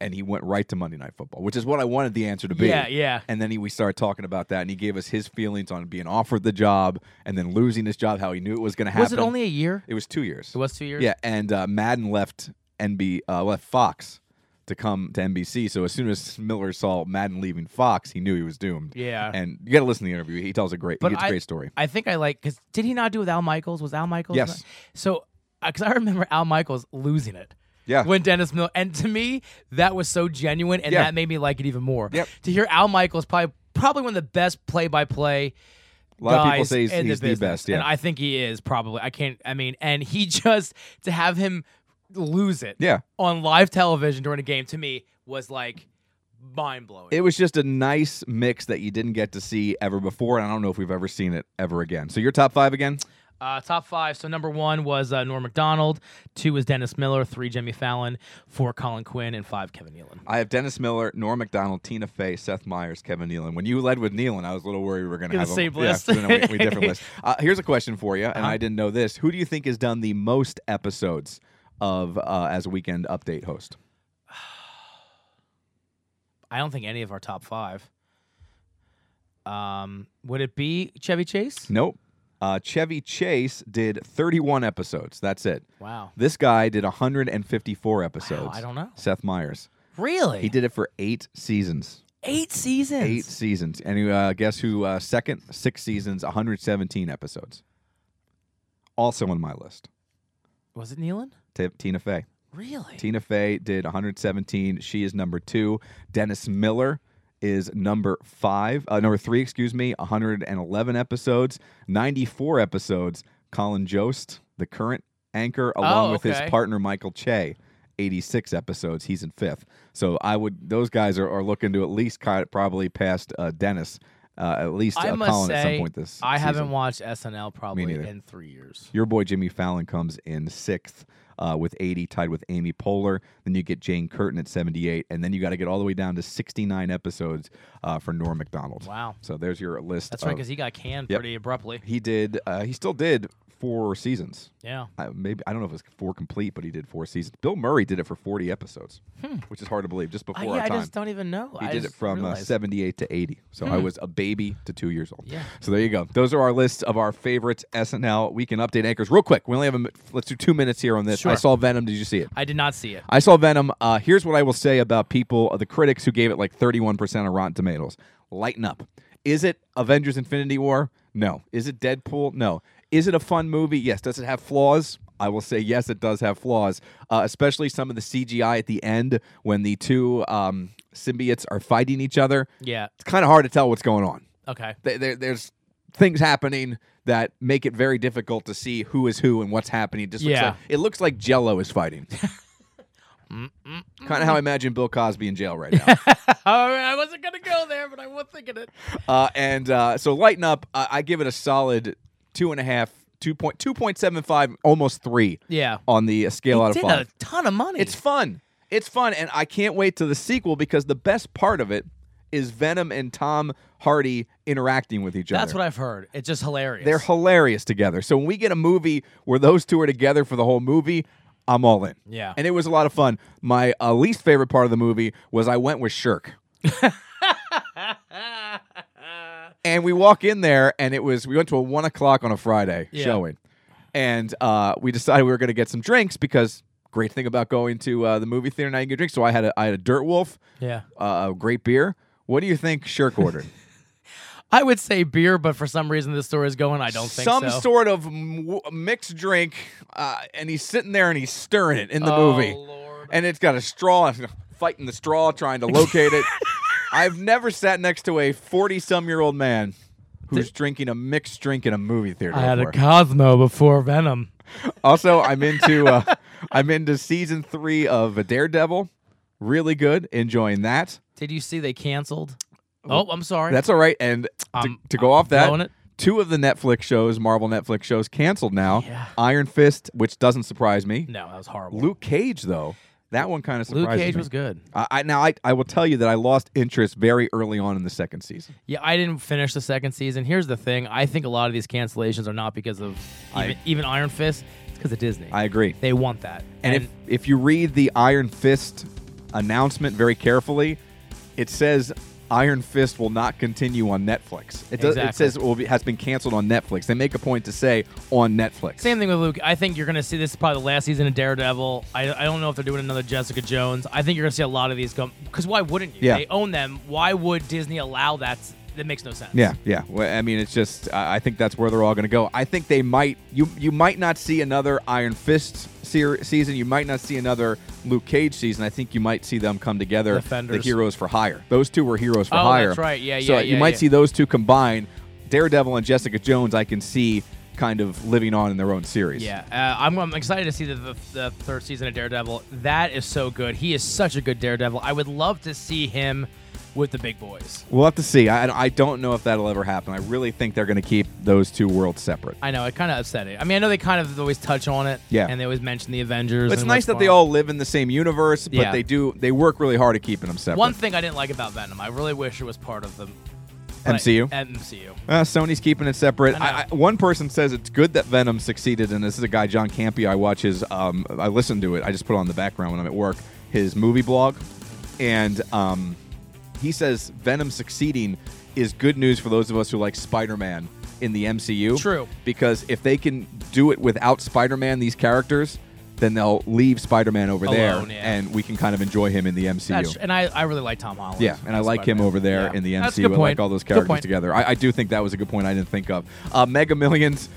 S1: And he went right to Monday Night Football, which is what I wanted the answer to be.
S2: Yeah, yeah.
S1: And then he, we started talking about that, and he gave us his feelings on being offered the job and then losing his job, how he knew it was going to happen.
S2: was it only a year?
S1: It was two years.
S2: It was two years.
S1: Yeah, and uh, Madden left NB uh, left Fox to come to NBC. So as soon as Miller saw Madden leaving Fox, he knew he was doomed.
S2: Yeah.
S1: and you got to listen to the interview. He tells a great,
S2: But
S1: he gets
S2: I-
S1: a great story.
S2: I think I like because did he not do with Al Michaels? Was Al Michaels?
S1: Yes.
S2: So because I remember Al Michaels losing it.
S1: Yeah.
S2: When Dennis Miller and to me that was so genuine and
S1: Yeah.
S2: that made me like it even more.
S1: Yep.
S2: To hear Al Michaels probably probably one of the best play by play.
S1: A lot of people
S2: guys
S1: say he's-
S2: in
S1: he's the
S2: business,
S1: best, yeah.
S2: And I think he is probably. I can't. I mean, and he just to have him lose it.
S1: Yeah.
S2: On live television during a game to me was like mind blowing.
S1: It was just a nice mix that you didn't get to see ever before, and I don't know if we've ever seen it ever again. So your top five again?
S2: Uh, top five. So number one was uh, Norm Macdonald. Two was Dennis Miller. Three Jimmy Fallon. Four Colin Quinn. And five Kevin Nealon.
S1: I have Dennis Miller, Norm Macdonald, Tina Fey, Seth Meyers, Kevin Nealon. When you led with Nealon, I was a little worried we were going to
S2: You're
S1: have
S2: the
S1: a-
S2: same
S1: yeah,
S2: list. Uh-huh.
S1: no, no, we, we different list. Uh, here's a question for you, and I didn't know this. Who do you think has done the most episodes of uh, as a weekend update host?
S2: I don't think any of our top five. Um, would it be Chevy Chase?
S1: Nope. Uh, Chevy Chase did 31 episodes. That's it.
S2: Wow.
S1: This guy did 154 episodes.
S2: I don't know.
S1: Seth Meyers.
S2: Really?
S1: He did it for eight seasons.
S2: eight seasons.
S1: Eight seasons. And uh, guess who? Uh, second, six seasons, 117 episodes. Also on my list,
S2: Was it Nealon?
S1: T- Tina Fey.
S2: Really?
S1: Tina Fey did 117. She is number two. Dennis Miller is number five, uh, number three, excuse me, 111 episodes, 94 episodes. Colin Jost, the current anchor, along
S2: Oh,
S1: with his
S2: okay.
S1: partner Michael Che. 86 episodes. He's in fifth. So I would; those guys are, are looking to at least ki- probably past uh, Dennis, uh, at least
S2: I
S1: uh,
S2: must
S1: Colin
S2: say,
S1: at some point this.
S2: I
S1: season.
S2: haven't watched SNL probably
S1: neither.
S2: in three years.
S1: Your boy Jimmy Fallon comes in sixth uh, with 80, tied with Amy Poehler. Then you get Jane Curtin at 78, and then you got to get all the way down to 69 episodes uh, for Norm Macdonald.
S2: Wow.
S1: So there's your list.
S2: That's right,
S1: of-
S2: because he got canned
S1: Oh. Yep.
S2: pretty abruptly.
S1: he did. Uh, he still did four seasons.
S2: Yeah.
S1: I, maybe I don't know if it's four complete, but he did four seasons. Bill Murray did it for 40 episodes, which is hard to believe. Just before
S2: Hmm. I,
S1: our
S2: yeah, I
S1: time,
S2: just don't even know.
S1: he
S2: I
S1: did it
S2: just
S1: from uh,
S2: realized.
S1: 78 to 80. So I was a baby to two years old.
S2: Hmm. Yeah.
S1: So there you go. Those are our lists of our favorite SNL weekend update anchors. Real quick, we only have a, mi- let's do two minutes here on this. I
S2: Sure.
S1: saw Venom. Did you see it?
S2: I did not see it.
S1: I saw Venom. Uh, here's what I will say about people, the critics who gave it like 31% of Rotten Tomatoes. Lighten up. Is it Avengers Infinity War? No. Is it Deadpool? No. Is it a fun movie? Yes. Does it have flaws? I will say yes, it does have flaws, uh, especially some of the CGI at the end when the two um, symbiotes are fighting each other.
S2: Yeah.
S1: It's kind of hard to tell what's going on.
S2: Okay.
S1: There- there- there's things happening that make it very difficult to see who is who and what's happening. It just looks
S2: Yeah.
S1: like, it looks like Jello is fighting. kind of how I imagine Bill Cosby in jail right now.
S2: All right, I wasn't gonna go there, but I was thinking it.
S1: uh, and uh, so, lighten up. Uh, I give it a solid two and a half, two point two point seven five, almost three.
S2: Yeah.
S1: on the uh, scale out of
S2: did
S1: five.
S2: a ton of money.
S1: It's fun. It's fun, and I can't wait to the sequel because the best part of it is Venom and Tom Hardy interacting with each other.
S2: That's what I've heard. It's just hilarious.
S1: They're hilarious together. So when we get a movie where those two are together for the whole movie, I'm all in.
S2: Yeah.
S1: And it was a lot of fun. My uh, least favorite part of the movie was I went with Shirk. and we walk in there, and it was we went to a one o'clock on a Friday
S2: Yeah.
S1: showing, and uh, we decided we were going to get some drinks because great thing about going to uh, the movie theater now you can get drinks. So I had a I had a Dirt Wolf,
S2: yeah.
S1: uh, a great beer. What do you think Shirk ordered?
S2: I would say beer, but for some reason this story is going. I don't think
S1: some
S2: so.
S1: sort of m- w- mixed drink, uh, and he's sitting there and he's stirring it in the
S2: Oh,
S1: movie,
S2: Lord.
S1: and it's got a straw, fighting the straw, trying to locate it. I've never sat next to a forty-some-year-old man who's drinking a mixed drink in a movie theater.
S2: I had a
S1: before.
S2: Cosmo before Venom.
S1: also, I'm into uh, I'm into season three of Daredevil. Really good, enjoying that.
S2: Did you see they canceled? Oh, I'm sorry.
S1: That's all right. And to,
S2: Um,
S1: to go off
S2: blowing
S1: that,
S2: it.
S1: two of the Netflix shows, Marvel Netflix shows, canceled now.
S2: Yeah.
S1: Iron Fist, which doesn't surprise me.
S2: no, that was horrible.
S1: Luke Cage, though, that one kind of surprised
S2: Luke Cage
S1: me.
S2: was good.
S1: I, I, now, I, I will tell you that I lost interest very early on in the second season.
S2: Yeah, I didn't finish the second season. Here's the thing: I think a lot of these cancellations are not because of even, even Iron Fist. It's because of Disney.
S1: I agree.
S2: they want that.
S1: and if, if you read the Iron Fist announcement very carefully, it says Iron Fist will not continue on Netflix. It, does, it
S2: Exactly.
S1: says it will be, has been canceled on Netflix. They make a point to say on Netflix.
S2: Same thing with Luke. I think you're going to see this is probably the last season of Daredevil. I, I don't know if they're doing another Jessica Jones. I think you're going to see a lot of these come because why wouldn't you?
S1: Yeah.
S2: They own them. Why would Disney allow that? That makes no sense.
S1: Yeah, yeah. Well, I mean, it's just I I think that's where they're all going to go. I think they might you you might not see another Iron Fist ser- season. You might not see another Luke Cage season. I think you might see them come together. The
S2: Defenders.
S1: heroes for hire. Those two were heroes for
S2: Oh,
S1: hire.
S2: that's right. Yeah,
S1: So
S2: yeah,
S1: you
S2: yeah,
S1: might
S2: yeah.
S1: see those two combine. Daredevil and Jessica Jones. I can see kind of living on in their own series.
S2: Yeah, uh, I'm, I'm excited to see the, the, the third season of Daredevil. That is so good. He is such a good Daredevil. I would love to see him with the big boys.
S1: We'll have to see. I, I don't know if that'll ever happen. I really think they're going to keep those two worlds separate.
S2: I know it kind of upset it. I mean, I know they kind of always touch on it.
S1: Yeah.
S2: and they always mention the Avengers.
S1: It's
S2: and
S1: nice
S2: what's
S1: that they
S2: going on.
S1: all live in the same universe, but
S2: Yeah.
S1: they do they work really hard at keeping them separate.
S2: One thing I didn't like about Venom, I really wish it was part of the but I-
S1: MCU?
S2: MCU.
S1: Uh, Sony's keeping it separate.
S2: I know.
S1: I, I, one person says it's good that Venom succeeded, and this is a guy John Campy. I watch his. Um, I listen to it. I just put it on the background when I'm at work. His movie blog, and um, he says Venom succeeding is good news for those of us who like Spider-Man in the MCU.
S2: True.
S1: because if they can do it without Spider-Man, these characters. then they'll leave Spider-Man over
S2: Alone,
S1: there,
S2: yeah.
S1: and we can kind of enjoy him in the MCU.
S2: That's- and I, I really like Tom Holland.
S1: Yeah, and I
S2: as
S1: like him
S2: Spider-Man.
S1: over there
S2: Yeah.
S1: in the
S2: That's a
S1: MCU.
S2: good
S1: I like
S2: point.
S1: all those
S2: Good
S1: characters
S2: point.
S1: together. I, I do think that was a good point I didn't think of. Uh, Mega Millions,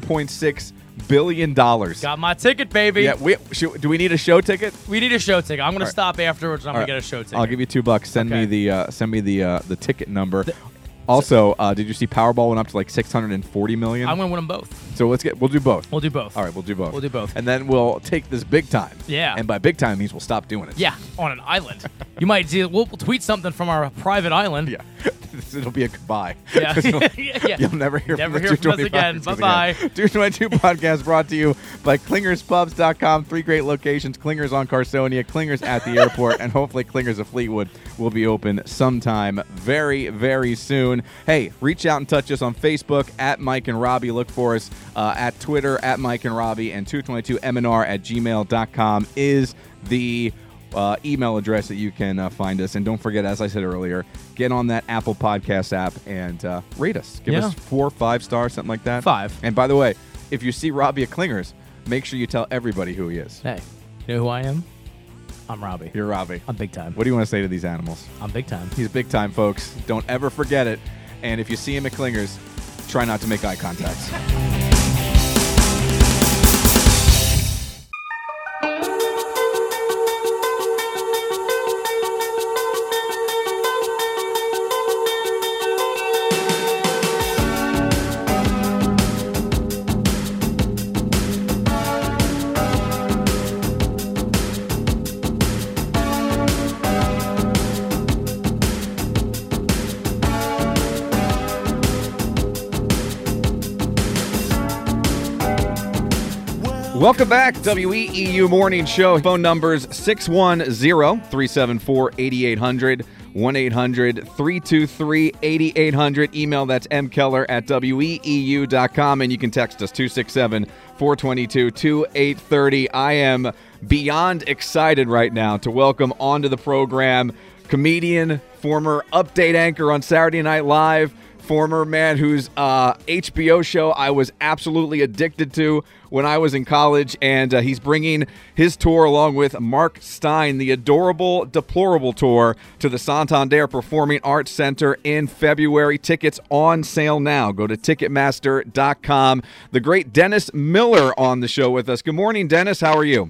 S1: $1.6 billion.
S2: Got my ticket, baby.
S1: yeah, we, should, do we need a show ticket?
S2: We need a show ticket. I'm gonna
S1: All right.
S2: stop afterwards. and I'm
S1: All
S2: gonna
S1: right,
S2: get a show ticket.
S1: I'll give you two bucks. Send me
S2: Okay.
S1: the uh, send me the uh, the ticket number. also, uh, did you see Powerball went up to like 640 million?
S2: I'm gonna win them both.
S1: so let's get we'll do both.
S2: We'll do both.
S1: All right, we'll do both.
S2: We'll do both.
S1: And then we'll take this big time.
S2: Yeah.
S1: And by big time means we'll stop doing it.
S2: Yeah, on an island. you might see. We'll tweet something from our private island.
S1: Yeah. It'll be a goodbye.
S2: Yeah. Yeah.
S1: You'll never hear
S2: Never
S1: from,
S2: hear from us again. Bye-bye.
S1: 222 podcast brought to you by ClingersPubs.com. Three great locations Clingers on Carsonia, Clingers at the airport, and hopefully Clingers of Fleetwood will be open sometime very, very soon. Hey, reach out and touch us on Facebook at Mike and Robbie. Look for us uh, at Twitter at Mike and Robbie, and 222MNR at gmail.com is the uh, email address that you can uh, find us. And don't forget, as I said earlier, get on that Apple Podcast app and uh, rate us. Give
S2: Yeah.
S1: us four, five stars, something like that.
S2: Five.
S1: And by the way, if you see Robbie at Clingers, make sure you tell everybody who he is.
S2: Hey, you know who I am? I'm Robbie.
S1: You're Robbie.
S2: I'm big time.
S1: What do you want to say to these animals?
S2: I'm big time.
S1: He's big time, folks. Don't ever forget it. And if you see him at Clingers, try not to make eye contact. Welcome back, WEEU Morning Show. Phone numbers 610-374-8800, 1-800-323-8800. Email that's mkeller at E weeu.com, and you can text us 267-422-2830. I am beyond excited right now to welcome onto the program comedian, former update anchor on Saturday Night Live, former man whose uh, HBO show I was absolutely addicted to when I was in college, and uh, he's bringing his tour along with Mark Stein, the adorable, deplorable tour to the Santander Performing Arts Center in February. Tickets on sale now. Go to Ticketmaster.com. The great Dennis Miller on the show with us. Good morning, Dennis. How are you?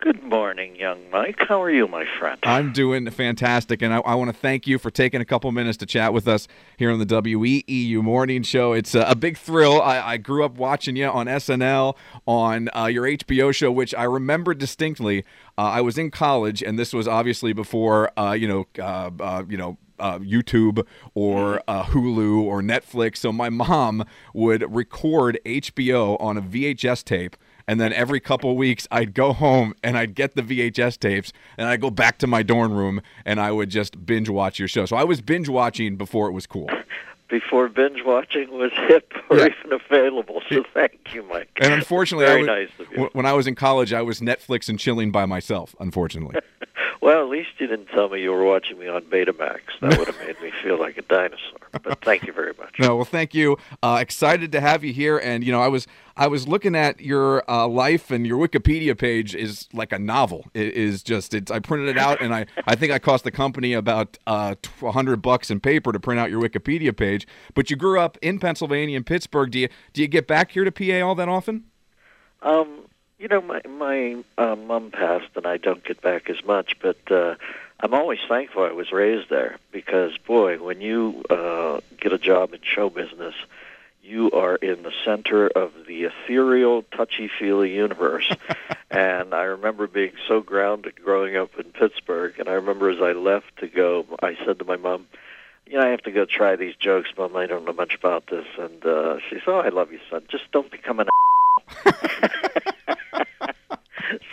S7: Good morning, young Mike. How are you, my friend?
S1: I'm doing fantastic, and I, I want to thank you for taking a couple minutes to chat with us here on the WEEU Morning Show. It's a, a big thrill. I, I grew up watching you on SNL, on uh, your HBO show, which I remember distinctly. Uh, I was in college, and this was obviously before uh, you know, uh, uh, you know. Uh, YouTube or uh, Hulu or Netflix. So my mom would record HBO on a VHS tape and then every couple weeks, I'd go home and I'd get the VHS tapes and I'd go back to my dorm room and I would just binge watch your show. So I was binge watching before it was cool.
S7: Before binge watching was hip or
S1: Yeah.
S7: even available, so thank you, Mike.
S1: And unfortunately,
S7: very
S1: I
S7: nice
S1: was,
S7: of you.
S1: w- when I was in college, I was Netflix and chilling by myself, unfortunately.
S7: Well, at least you didn't tell me you were watching me on Betamax. That would have made me feel like a dinosaur. But thank you very much.
S1: No, well, thank you. Uh, excited to have you here. And you know, I was I was looking at your uh, life, and your Wikipedia page is like a novel. It is just it's. I printed it out, and I I think I cost the company about uh, tw- a hundred bucks in paper to print out your Wikipedia page. But you grew up in Pennsylvania, in Pittsburgh. Do you do you get back here to PA all that often?
S7: Um, you know, my my uh, mom passed, and I don't get back as much, but uh, I'm always thankful I was raised there because, boy, when you uh, get a job in show business, you are in the center of the ethereal, touchy-feely universe. and I remember being so grounded growing up in Pittsburgh. And I remember as I left to go, I said to my mom, you know, I have to go try these jokes, Mom. I don't know much about this. And uh, she said, Oh, I love you, son. Just don't become an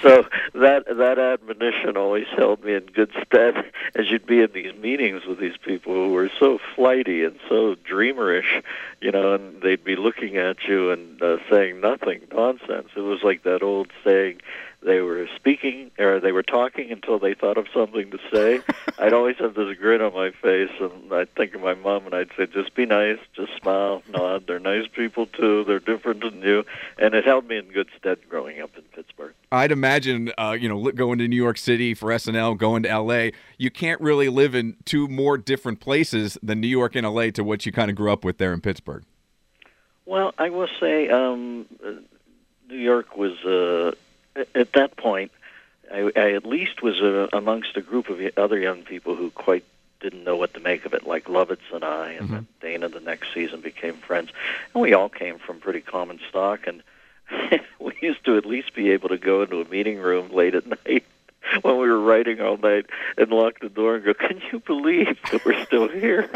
S7: so that that admonition always held me in good stead as you'd be in these meetings with these people who were so flighty and so dreamerish you know and they'd be looking at you and uh, saying nothing nonsense it was like that old saying They were speaking or they were talking until they thought of something to say. I'd always have this grin on my face, and I'd think of my mom, and I'd say, "Just be nice, just smile, nod. They're nice people too. They're different than you." And it held me in good stead growing up in Pittsburgh.
S1: I'd imagine, uh, you know, li- going to New York City for SNL, going to L.A. You can't really live in two more different places than New York and L.A. to what you kind of grew up with there in Pittsburgh.
S7: Well, I will say um, uh, New York was, uh, a- at that point, I, I at least was uh, amongst a group of y- other young people who quite didn't know what to make of it, like Lovitz and I, and then Dana the next season became friends. And we all came from pretty common stock, and we used to at least be able to go into a meeting room late at night. When we were writing all night and lock the door and go, can you believe that we're still here?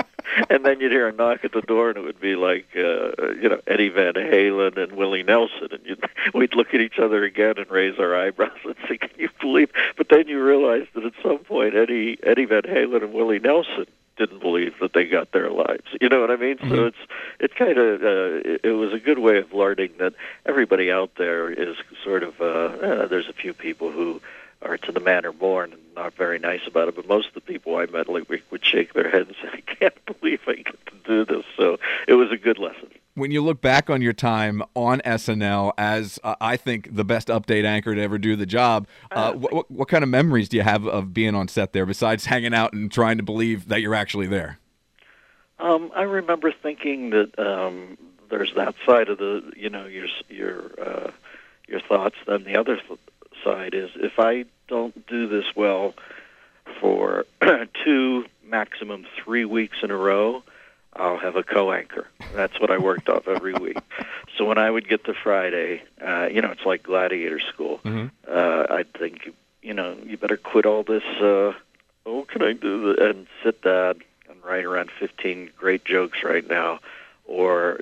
S7: and then you'd hear a knock at the door, and it would be like uh, you know Eddie Van Halen and Willie Nelson, and you'd, we'd look at each other again and raise our eyebrows and say, "Can you believe?" But then you realize that at some point, Eddie Eddie Van Halen and Willie Nelson didn't believe that they got their lives. You know what I mean? So it's it kind of uh, it, it was a good way of learning that everybody out there is sort of uh, uh, there's a few people who are to the manner born and not very nice about it. But most of the people I met like, would shake their head and say, I can't believe I get to do this. So it was a good lesson.
S1: When you look back on your time on SNL as uh, I think the best update anchor to ever do the job, uh, what, what, what kind of memories do you have of being on set there besides hanging out and trying to believe that you're actually there?
S7: Um, I remember thinking that um, there's that side of the, you know, your s- your uh, your thoughts. Then the other th- side is if I don't do this well for two, maximum three weeks in a row, I'll have a co-anchor. That's what I worked off every week. So when I would get to Friday, uh, you know, it's like gladiator school. Uh, I'd think, you know, you better quit all this. Uh, oh, can I do this? And sit down and write around 15 great jokes right now, or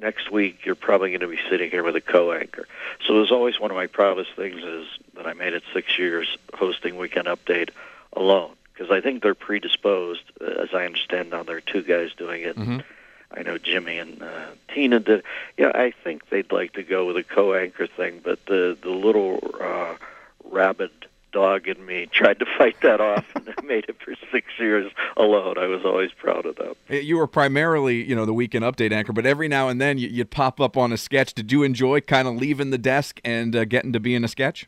S7: next week you're probably going to be sitting here with a co-anchor. So it was always one of my proudest things is that I made it six years hosting Weekend Update alone because I think they're predisposed, uh, as I understand now. There are two guys doing it. I know Jimmy and uh, Tina did. Yeah, I think they'd like to go with a co-anchor thing, but the the little uh, rabid dog in me tried to fight that off, and I made it for six years alone. I was always proud of that.
S1: Uh, You were primarily, you know, the weekend update anchor, but every now and then you, you'd pop up on a sketch. Did you enjoy kind of leaving the desk and uh, getting to be in a sketch?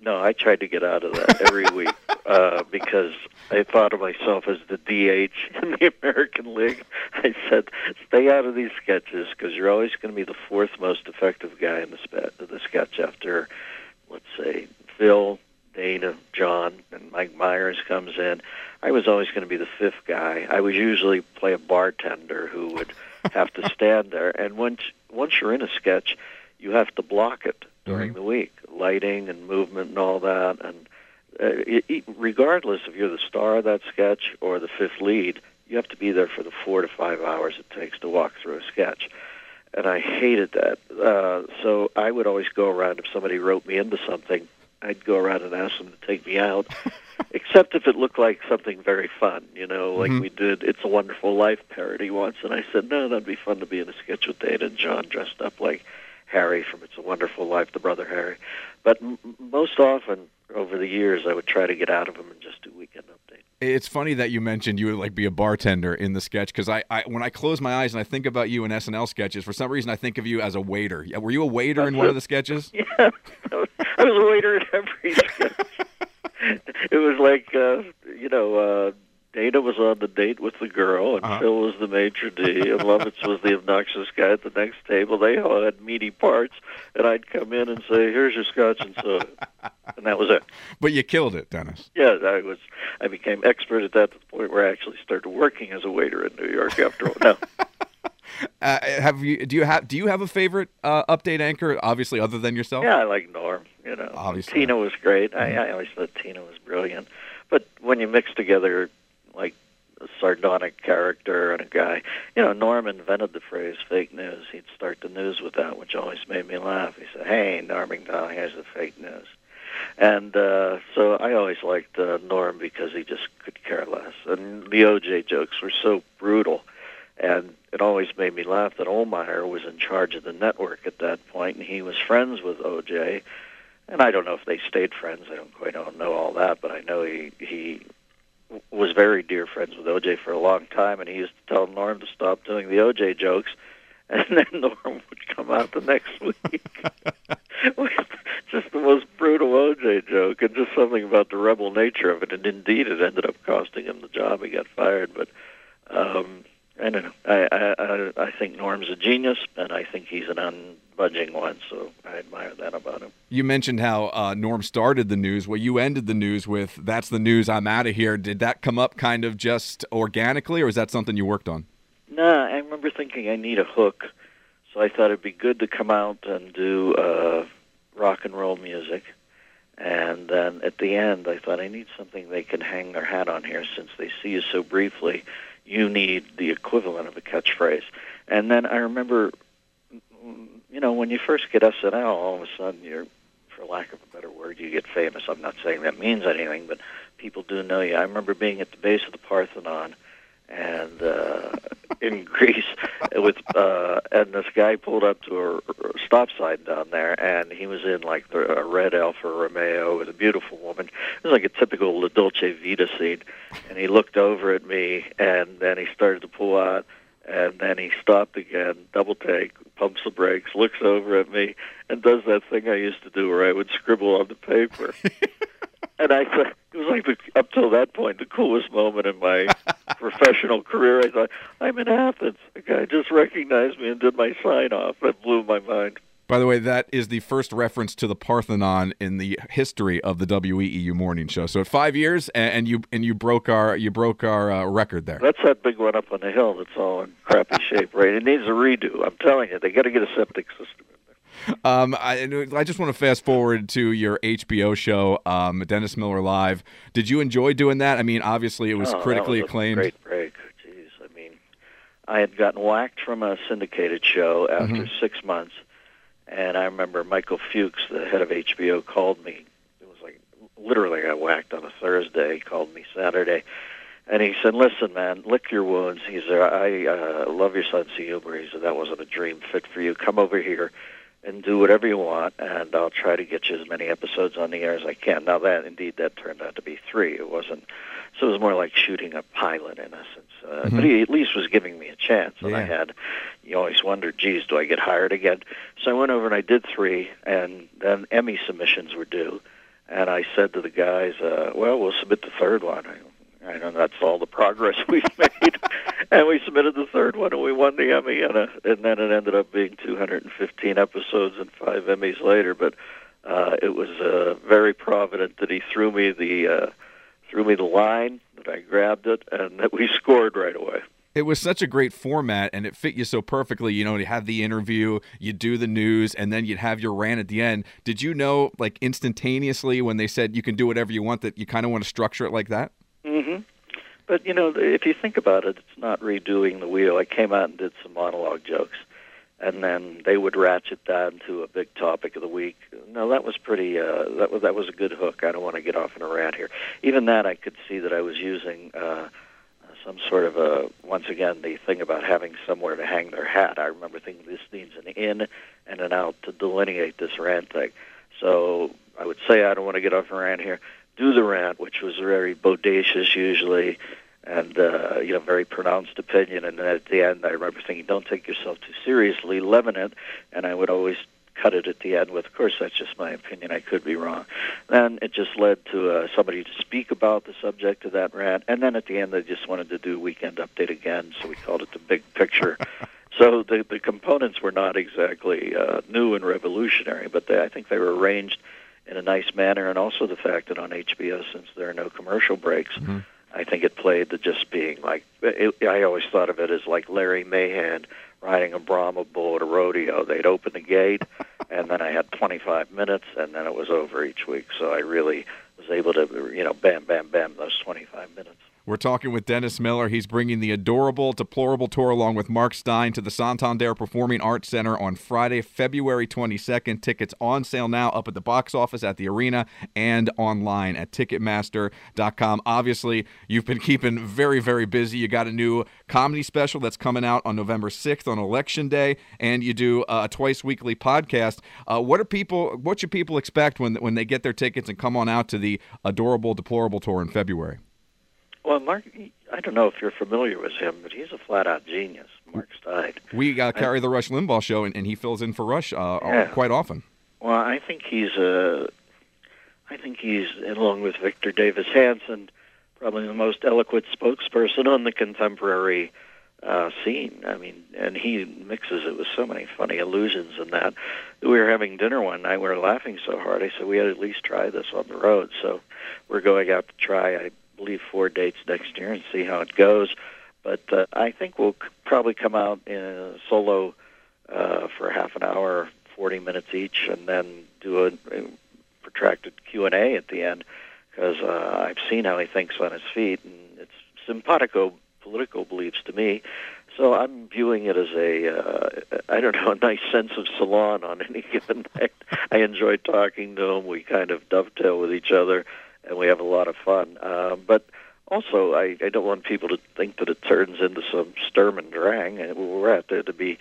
S7: No, I tried to get out of that every week uh, because I thought of myself as the DH in the American League. I said, stay out of these sketches because you're always going to be the fourth most effective guy in the, spe- the sketch after, let's say, Phil, Dana, John, and Mike Myers comes in. I was always going to be the fifth guy. I was usually play a bartender who would have to stand there. And once once you're in a sketch, you have to block it during the week, lighting and movement and all that. And uh, it, it- regardless if you're the star of that sketch or the fifth lead, you have to be there for the four to five hours it takes to walk through a sketch. And I hated that. Uh, so I would always go around if somebody wrote me into something. I'd go around and ask them to take me out, except if it looked like something very fun, you know, like we did It's a Wonderful Life parody once. And I said, no, that'd be fun to be in a sketch with Dana and John dressed up like Harry from It's a Wonderful Life, the brother Harry. But m- most often over the years, I would try to get out of them and just do weekend update.
S1: It's funny that you mentioned you would like be a bartender in the sketch because I, I, when I close my eyes and I think about you in SNL sketches, for some reason I think of you as a waiter. Yeah, Were you a waiter in one of the sketches?
S7: I was a waiter at every sketch. it was like, uh, you know, uh, Dana was on the date with the girl, and Phil was the maitre d', and Lovitz was the obnoxious guy at the next table. They all had meaty parts, and I'd come in and say, "Here's your scotch and soda," and that was it.
S1: But you killed it, Dennis.
S7: Yeah, I was. I became expert at that to the point where I actually started working as a waiter in New York. After all, no.
S1: Uh, have you? Do you have? Do you have a favorite uh, update anchor? Obviously, other than yourself.
S7: Yeah, I like Norm. You know,
S1: Obviously. Mm-hmm.
S7: Tina was great. I, I always thought Tina was brilliant. But when you mix together like a sardonic character and a guy, you know, Norm invented the phrase "fake news." He'd start the news with that, which always made me laugh. He said, "Hey, Norm McDonald, here's the fake news." And uh, so I always liked uh, Norm because he just could care less. And the OJ jokes were so brutal. And it always made me laugh that Olmeyer was in charge of the network at that point, and he was friends with OJ. and I don't know if they stayed friends. I don't quite don't know all that, but I know he he w- was very dear friends with OJ for a long time, and he used to tell Norm to stop doing the OJ jokes, and then Norm would come out the next week with just the most brutal OJ joke, and just something about the rebel nature of it. And indeed, it ended up costing him the job. He got fired, but. Um, I don't know. I, I I I think Norm's a genius, and I think he's an unbudging one. So I admire that about him.
S1: You mentioned how uh, Norm started the news. Well, you ended the news with "That's the news. I'm out of here." Did that come up kind of just organically, or is that something you worked on?
S7: Nah, I remember thinking I need a hook, so I thought it'd be good to come out and do uh, rock and roll music. And then at the end, I thought I need something they can hang their hat on here since they see you so briefly. You need the equivalent of a catchphrase. And then I remember, mm, you know, when you first get SNL, all of a sudden you're, for lack of a better word, you get famous. I'm not saying that means anything, but people do know you. I remember being at the base of the Parthenon and uh, in Greece with uh, and this guy pulled up to a r- r- stop sign down there, and he was in like the, a red Alfa Romeo with a beautiful woman. It was like a typical La Dolce Vita scene, and he looked over at me, and then he started to pull out. And then he stopped again, double take, pumps the brakes, looks over at me, and does that thing I used to do where I would scribble on the paper. and I thought it was like the, up till that point the coolest moment in my professional career. I thought I'm in Athens. The guy just recognized me and did my sign off. That blew my mind.
S1: By the way, that is the first reference to the Parthenon in the history of the WEEU morning show. So at five years, and, and you and you broke our you broke our uh, record there.
S7: That's that big one up on the hill that's all in crappy shape, right? It needs a redo. I'm telling you, they got to get a septic system.
S1: Um, I, and I just want to fast forward to your HBO show, um, Dennis Miller Live. Did you enjoy doing that? I mean, obviously it was
S7: Oh, that
S1: critically
S7: was a
S1: acclaimed.
S7: Great break. Jeez, I mean, I had gotten whacked from a syndicated show after
S1: Mm-hmm.
S7: six months, and I remember Michael Fuchs, the head of HBO, called me. It was like literally I got whacked on a Thursday. He called me Saturday, and he said, "Listen, man, lick your wounds." He said, "I uh, love your sense of humor." He said, "That wasn't a dream fit for you. Come over here." And do whatever you want, and I'll try to get you as many episodes on the air as I can. Now that indeed that turned out to be three. It wasn't so it was more like shooting a pilot in a sense. Uh, But he at least was giving me a chance. And I had, you always wonder, geez, do I get hired again? So I went over and I did three, and then Emmy submissions were due. And I said to the guys, uh, well, we'll submit the third one. I, I know that's all the progress we've made. and we submitted the third one, and we won the Emmy. And, uh and then it ended up being 215 episodes and five Emmys later. But uh, it was uh, very provident that he threw me the. Uh, threw me the line, that I grabbed it, and that we scored right away.
S1: It was such a great format, and it fit you so perfectly. You know, you have the interview, you do the news, and then you'd have your rant at the end. Did you know, like instantaneously, when they said you can do whatever you want, that you kind of want to structure it like that?
S7: hmm But you know, if you think about it, it's not redoing the wheel. I came out and did some monologue jokes, and then they would ratchet down to a big topic of the week. No, that was pretty. Uh, that was that was a good hook. I don't want to get off on a rant here. Even that, I could see that I was using. Uh, some sort of a once again the thing about having somewhere to hang their hat. I remember thinking this needs an in and an out to delineate this rant thing. So I would say I don't want to get off a rant here. Do the rant, which was very bodacious usually, and uh, you know very pronounced opinion. And then at the end, I remember thinking, don't take yourself too seriously, leaven it. And I would always cut it at the end with, of course, that's just my opinion. I could be wrong. Then it just led to uh, somebody to speak about the subject of that rant, and then at the end they just wanted to do weekend update again, so we called it the big picture. so the the components were not exactly uh, new and revolutionary, but they, I think they were arranged in a nice manner, and also the fact that on HBO, since there are no commercial breaks. I think it played to just being like it, I always thought of it as like Larry Mahan riding a Brahma bull at a rodeo. They'd open the gate, and then I had 25 minutes, and then it was over each week. So I really was able to, you know, bam, bam, bam, those 25 minutes.
S1: We're talking with Dennis Miller. He's bringing the adorable, deplorable tour along with Mark Stein to the Santander Performing Arts Center on Friday, February 22nd. Tickets on sale now up at the box office, at the arena, and online at Ticketmaster.com. Obviously, you've been keeping very, very busy. You got a new comedy special that's coming out on November 6th on Election Day, and you do a twice weekly podcast. Uh, what are people? What should people expect when when they get their tickets and come on out to the adorable, deplorable tour in February?
S7: Well, Mark, I don't know if you're familiar with him, but he's a flat-out genius, Mark Stein.
S1: We uh, carry the Rush Limbaugh show, and, and he fills in for Rush uh,
S7: Yeah.
S1: quite often.
S7: Well, I think he's uh, I think he's along with Victor Davis Hanson, probably the most eloquent spokesperson on the contemporary uh, scene. I mean, and he mixes it with so many funny allusions and that. We were having dinner one night. We were laughing so hard. I said we had to at least try this on the road. So we're going out to try. I believe four dates next year and see how it goes. But uh, I think we'll c- probably come out in a solo uh, for half an hour, 40 minutes each, and then do a, a protracted Q&A at the end because uh, I've seen how he thinks on his feet, and it's simpatico political beliefs to me. So I'm viewing it as a, uh, I don't know, a nice sense of salon on any given night. I enjoy talking to him. We kind of dovetail with each other, and we have a lot of fun. Uh, but also, I, I don't want people to think that it turns into some Sturm and Drang. And We're out there to be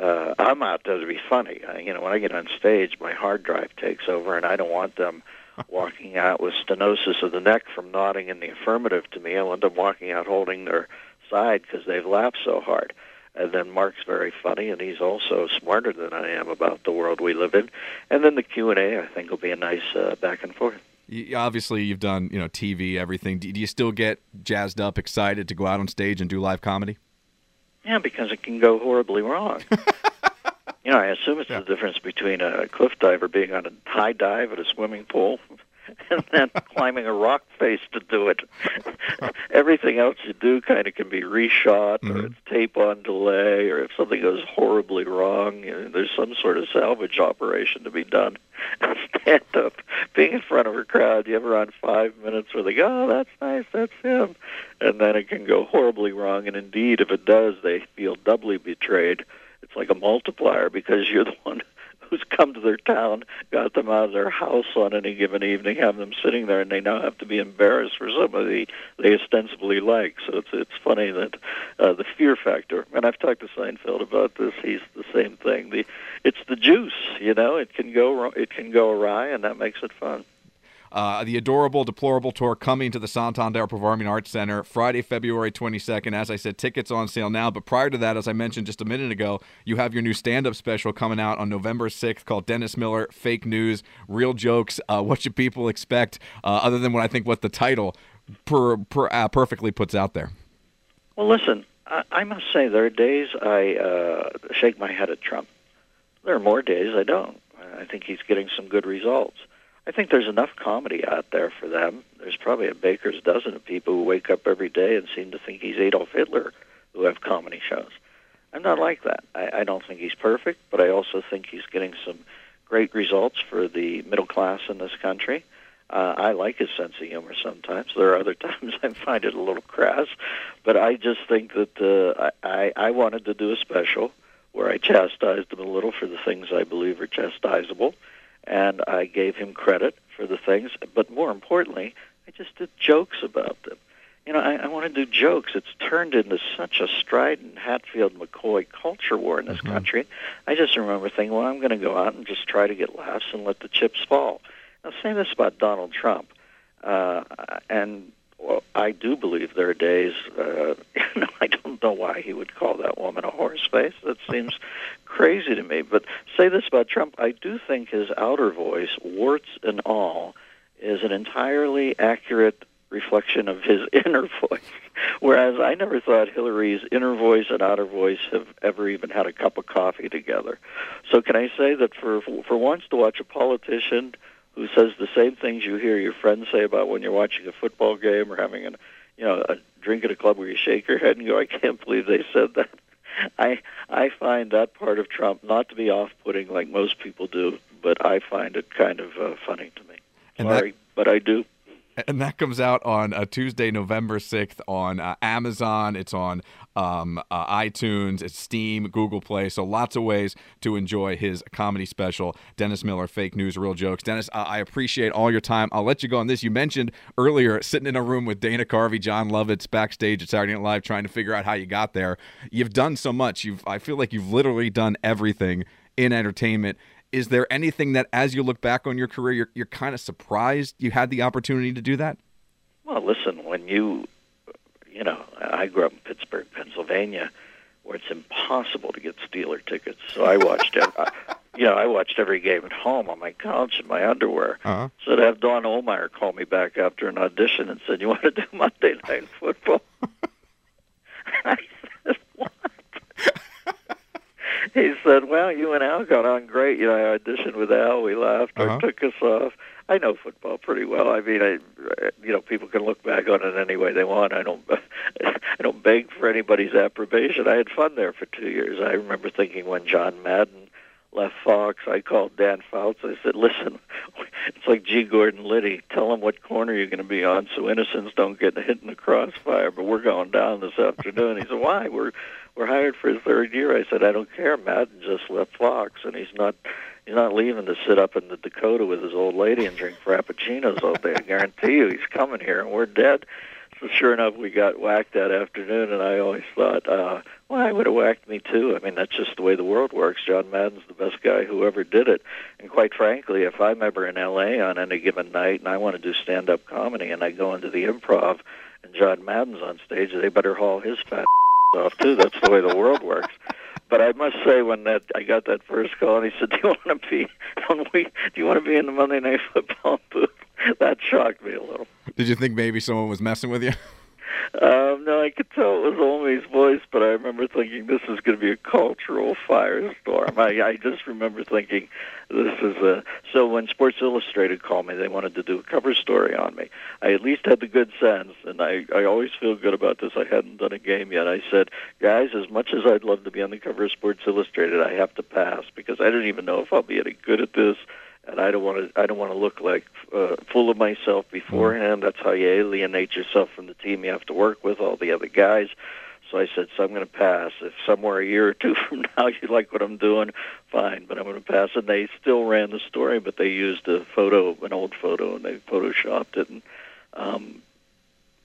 S7: uh, I'm out there to be funny. I, you know, when I get on stage, my hard drive takes over, and I don't want them walking out with stenosis of the neck from nodding in the affirmative to me. I want them walking out holding their side because they've laughed so hard. And then Mark's very funny, and he's also smarter than I am about the world we live in. And then the Q and A, I think, will be a nice uh, back and forth.
S1: You, obviously, you've done you know TV, everything. Do, do you still get jazzed up, excited to go out on stage and do live comedy?
S7: Yeah, because it can go horribly wrong. you know, I assume it's the difference between a cliff diver being on a high dive at a swimming pool and then climbing a rock face to do it. Everything else you do kind of can be reshot or it's tape on delay or if something goes horribly wrong, you know, there's some sort of salvage operation to be done. Stand up, being in front of a crowd, you have around five minutes where they go, oh, that's nice, that's him. And then it can go horribly wrong. And indeed, if it does, they feel doubly betrayed. It's like a multiplier because you're the one who's come to their town, got them out of their house on any given evening, have them sitting there, and they now have to be embarrassed for somebody they ostensibly like. So it's it's funny that uh, the fear factor. And I've talked to Seinfeld about this. He's the same thing. The it's the juice, you know. It can go wrong, it can go awry, and that makes it fun.
S1: Uh, the adorable, deplorable tour coming to the Santander Performing Arts Center Friday, February 22nd. As I said, tickets on sale now. But prior to that, as I mentioned just a minute ago, you have your new stand up special coming out on November 6th called Dennis Miller Fake News, Real Jokes. Uh, what should people expect uh, other than what I think what the title per, per, uh, perfectly puts out there?
S7: Well, listen, I, I must say there are days I uh, shake my head at Trump. There are more days I don't. I think he's getting some good results. I think there's enough comedy out there for them. There's probably a baker's dozen of people who wake up every day and seem to think he's Adolf Hitler who have comedy shows. I'm not like that. I, I don't think he's perfect, but I also think he's getting some great results for the middle class in this country. Uh, I like his sense of humor sometimes. There are other times I find it a little crass, but I just think that uh, I, I I wanted to do a special where I chastised him a little for the things I believe are chastisable, and I gave him credit for the things. But more importantly, I just did jokes about them. You know, I, I want to do jokes. It's turned into such a strident Hatfield McCoy culture war in this country. I just remember thinking, well, I'm going to go out and just try to get laughs and let the chips fall. Now, say this about Donald Trump, uh, and well, I do believe there are days. Uh, you know, I don't know why he would call that woman a horse face. That seems crazy to me. But say this about Trump: I do think his outer voice, warts and all, is an entirely accurate reflection of his inner voice. Whereas I never thought Hillary's inner voice and outer voice have ever even had a cup of coffee together. So can I say that for for once to watch a politician who says the same things you hear your friends say about when you're watching a football game or having a you know a drink at a club where you shake your head and go, I can't believe they said that. I I find that part of Trump not to be off-putting like most people do, but I find it kind of uh, funny to me.
S1: And that-
S7: Sorry, but I do.
S1: and that comes out on uh, Tuesday, November 6th on uh, Amazon. It's on um, uh, iTunes, it's Steam, Google Play. So lots of ways to enjoy his comedy special, Dennis Miller Fake News, Real Jokes. Dennis, I, I appreciate all your time. I'll let you go on this. You mentioned earlier sitting in a room with Dana Carvey, John Lovitz backstage at Saturday Night Live trying to figure out how you got there. You've done so much. You've I feel like you've literally done everything in entertainment is there anything that as you look back on your career you're, you're kind of surprised you had the opportunity to do that
S7: Well, listen, when you, you know, I grew up in Pittsburgh, Pennsylvania, where it's impossible to get Steeler tickets. So I watched, ev- I- you know, I watched every game at home on my couch in my underwear.
S1: Uh-huh.
S7: So to have Don Olmeyer call me back after an audition and said, "You want to do Monday Night Football?" I said, "What?" he said, "Well, you and Al got on great. You know, I auditioned with Al. We laughed.
S1: Uh-huh.
S7: I took us off. I know football pretty well. I mean, I, you know, people can look back on it any way they want. I don't, I don't beg for anybody's approbation. I had fun there for two years. I remember thinking when John Madden left Fox, I called Dan Fouts. I said, "Listen, it's like G. Gordon Liddy. Tell them what corner you're going to be on, so innocents don't get hit in the crossfire. But we're going down this afternoon." He said, "Why? We're we're hired for his third year." I said, "I don't care. Madden just left Fox, and he's not He's not leaving to sit up in the Dakota with his old lady and drink frappuccinos all day. I guarantee you he's coming here and we're dead. So sure enough, we got whacked that afternoon, and I always thought, uh, well, I would have whacked me too. I mean, that's just the way the world works. John Madden's the best guy who ever did it. And quite frankly, if I'm ever in L.A. on any given night and I want to do stand-up comedy and I go into the improv and John Madden's on stage, they better haul his fat off too. That's the way the world works. But I must say, when that I got that first call, and he said, "Do you want to be on we? Do you want to be in the Monday Night Football booth?" That shocked me a little.
S1: did you think maybe someone was messing with you
S7: Um, no, I could tell it was Olney's voice, but I remember thinking this is going to be a cultural firestorm. I, I just remember thinking this is a. So when Sports Illustrated called me, they wanted to do a cover story on me. I at least had the good sense, and I, I always feel good about this. I hadn't done a game yet. I said, guys, as much as I'd love to be on the cover of Sports Illustrated, I have to pass because I don't even know if I'll be any good at this. And I don't want to. I don't want to look like uh, full of myself beforehand. That's how you alienate yourself from the team you have to work with, all the other guys. So I said, so I'm going to pass. If somewhere a year or two from now you like what I'm doing, fine. But I'm going to pass. And they still ran the story, but they used a photo, an old photo, and they photoshopped it. And um,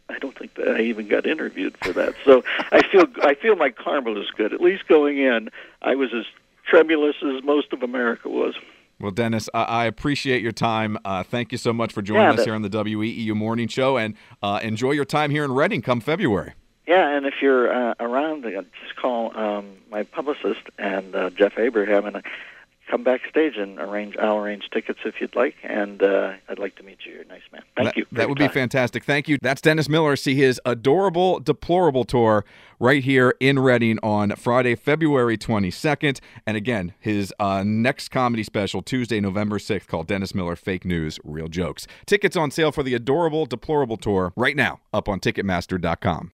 S7: I don't think that I even got interviewed for that. So I feel I feel my karma is good. At least going in, I was as tremulous as most of America was.
S1: well dennis i, I appreciate your time uh, thank you so much for joining
S7: Yeah,
S1: us
S7: but-
S1: here on the weeu morning show and uh, enjoy your time here in reading come february
S7: Yeah, and if you're uh, around, uh, just call um, my publicist and uh, Jeff Abraham, and uh, come backstage and arrange. I'll arrange tickets if you'd like, and uh, I'd like to meet you. You're a nice man. Thank
S1: that,
S7: you. for
S1: That
S7: your
S1: would
S7: time.
S1: be fantastic. Thank you. That's Dennis Miller. See his adorable, deplorable tour right here in Reading on Friday, February 22nd. And again, his uh, next comedy special, Tuesday, November 6th, called Dennis Miller Fake News, Real Jokes. Tickets on sale for the adorable, deplorable tour right now up on Ticketmaster.com.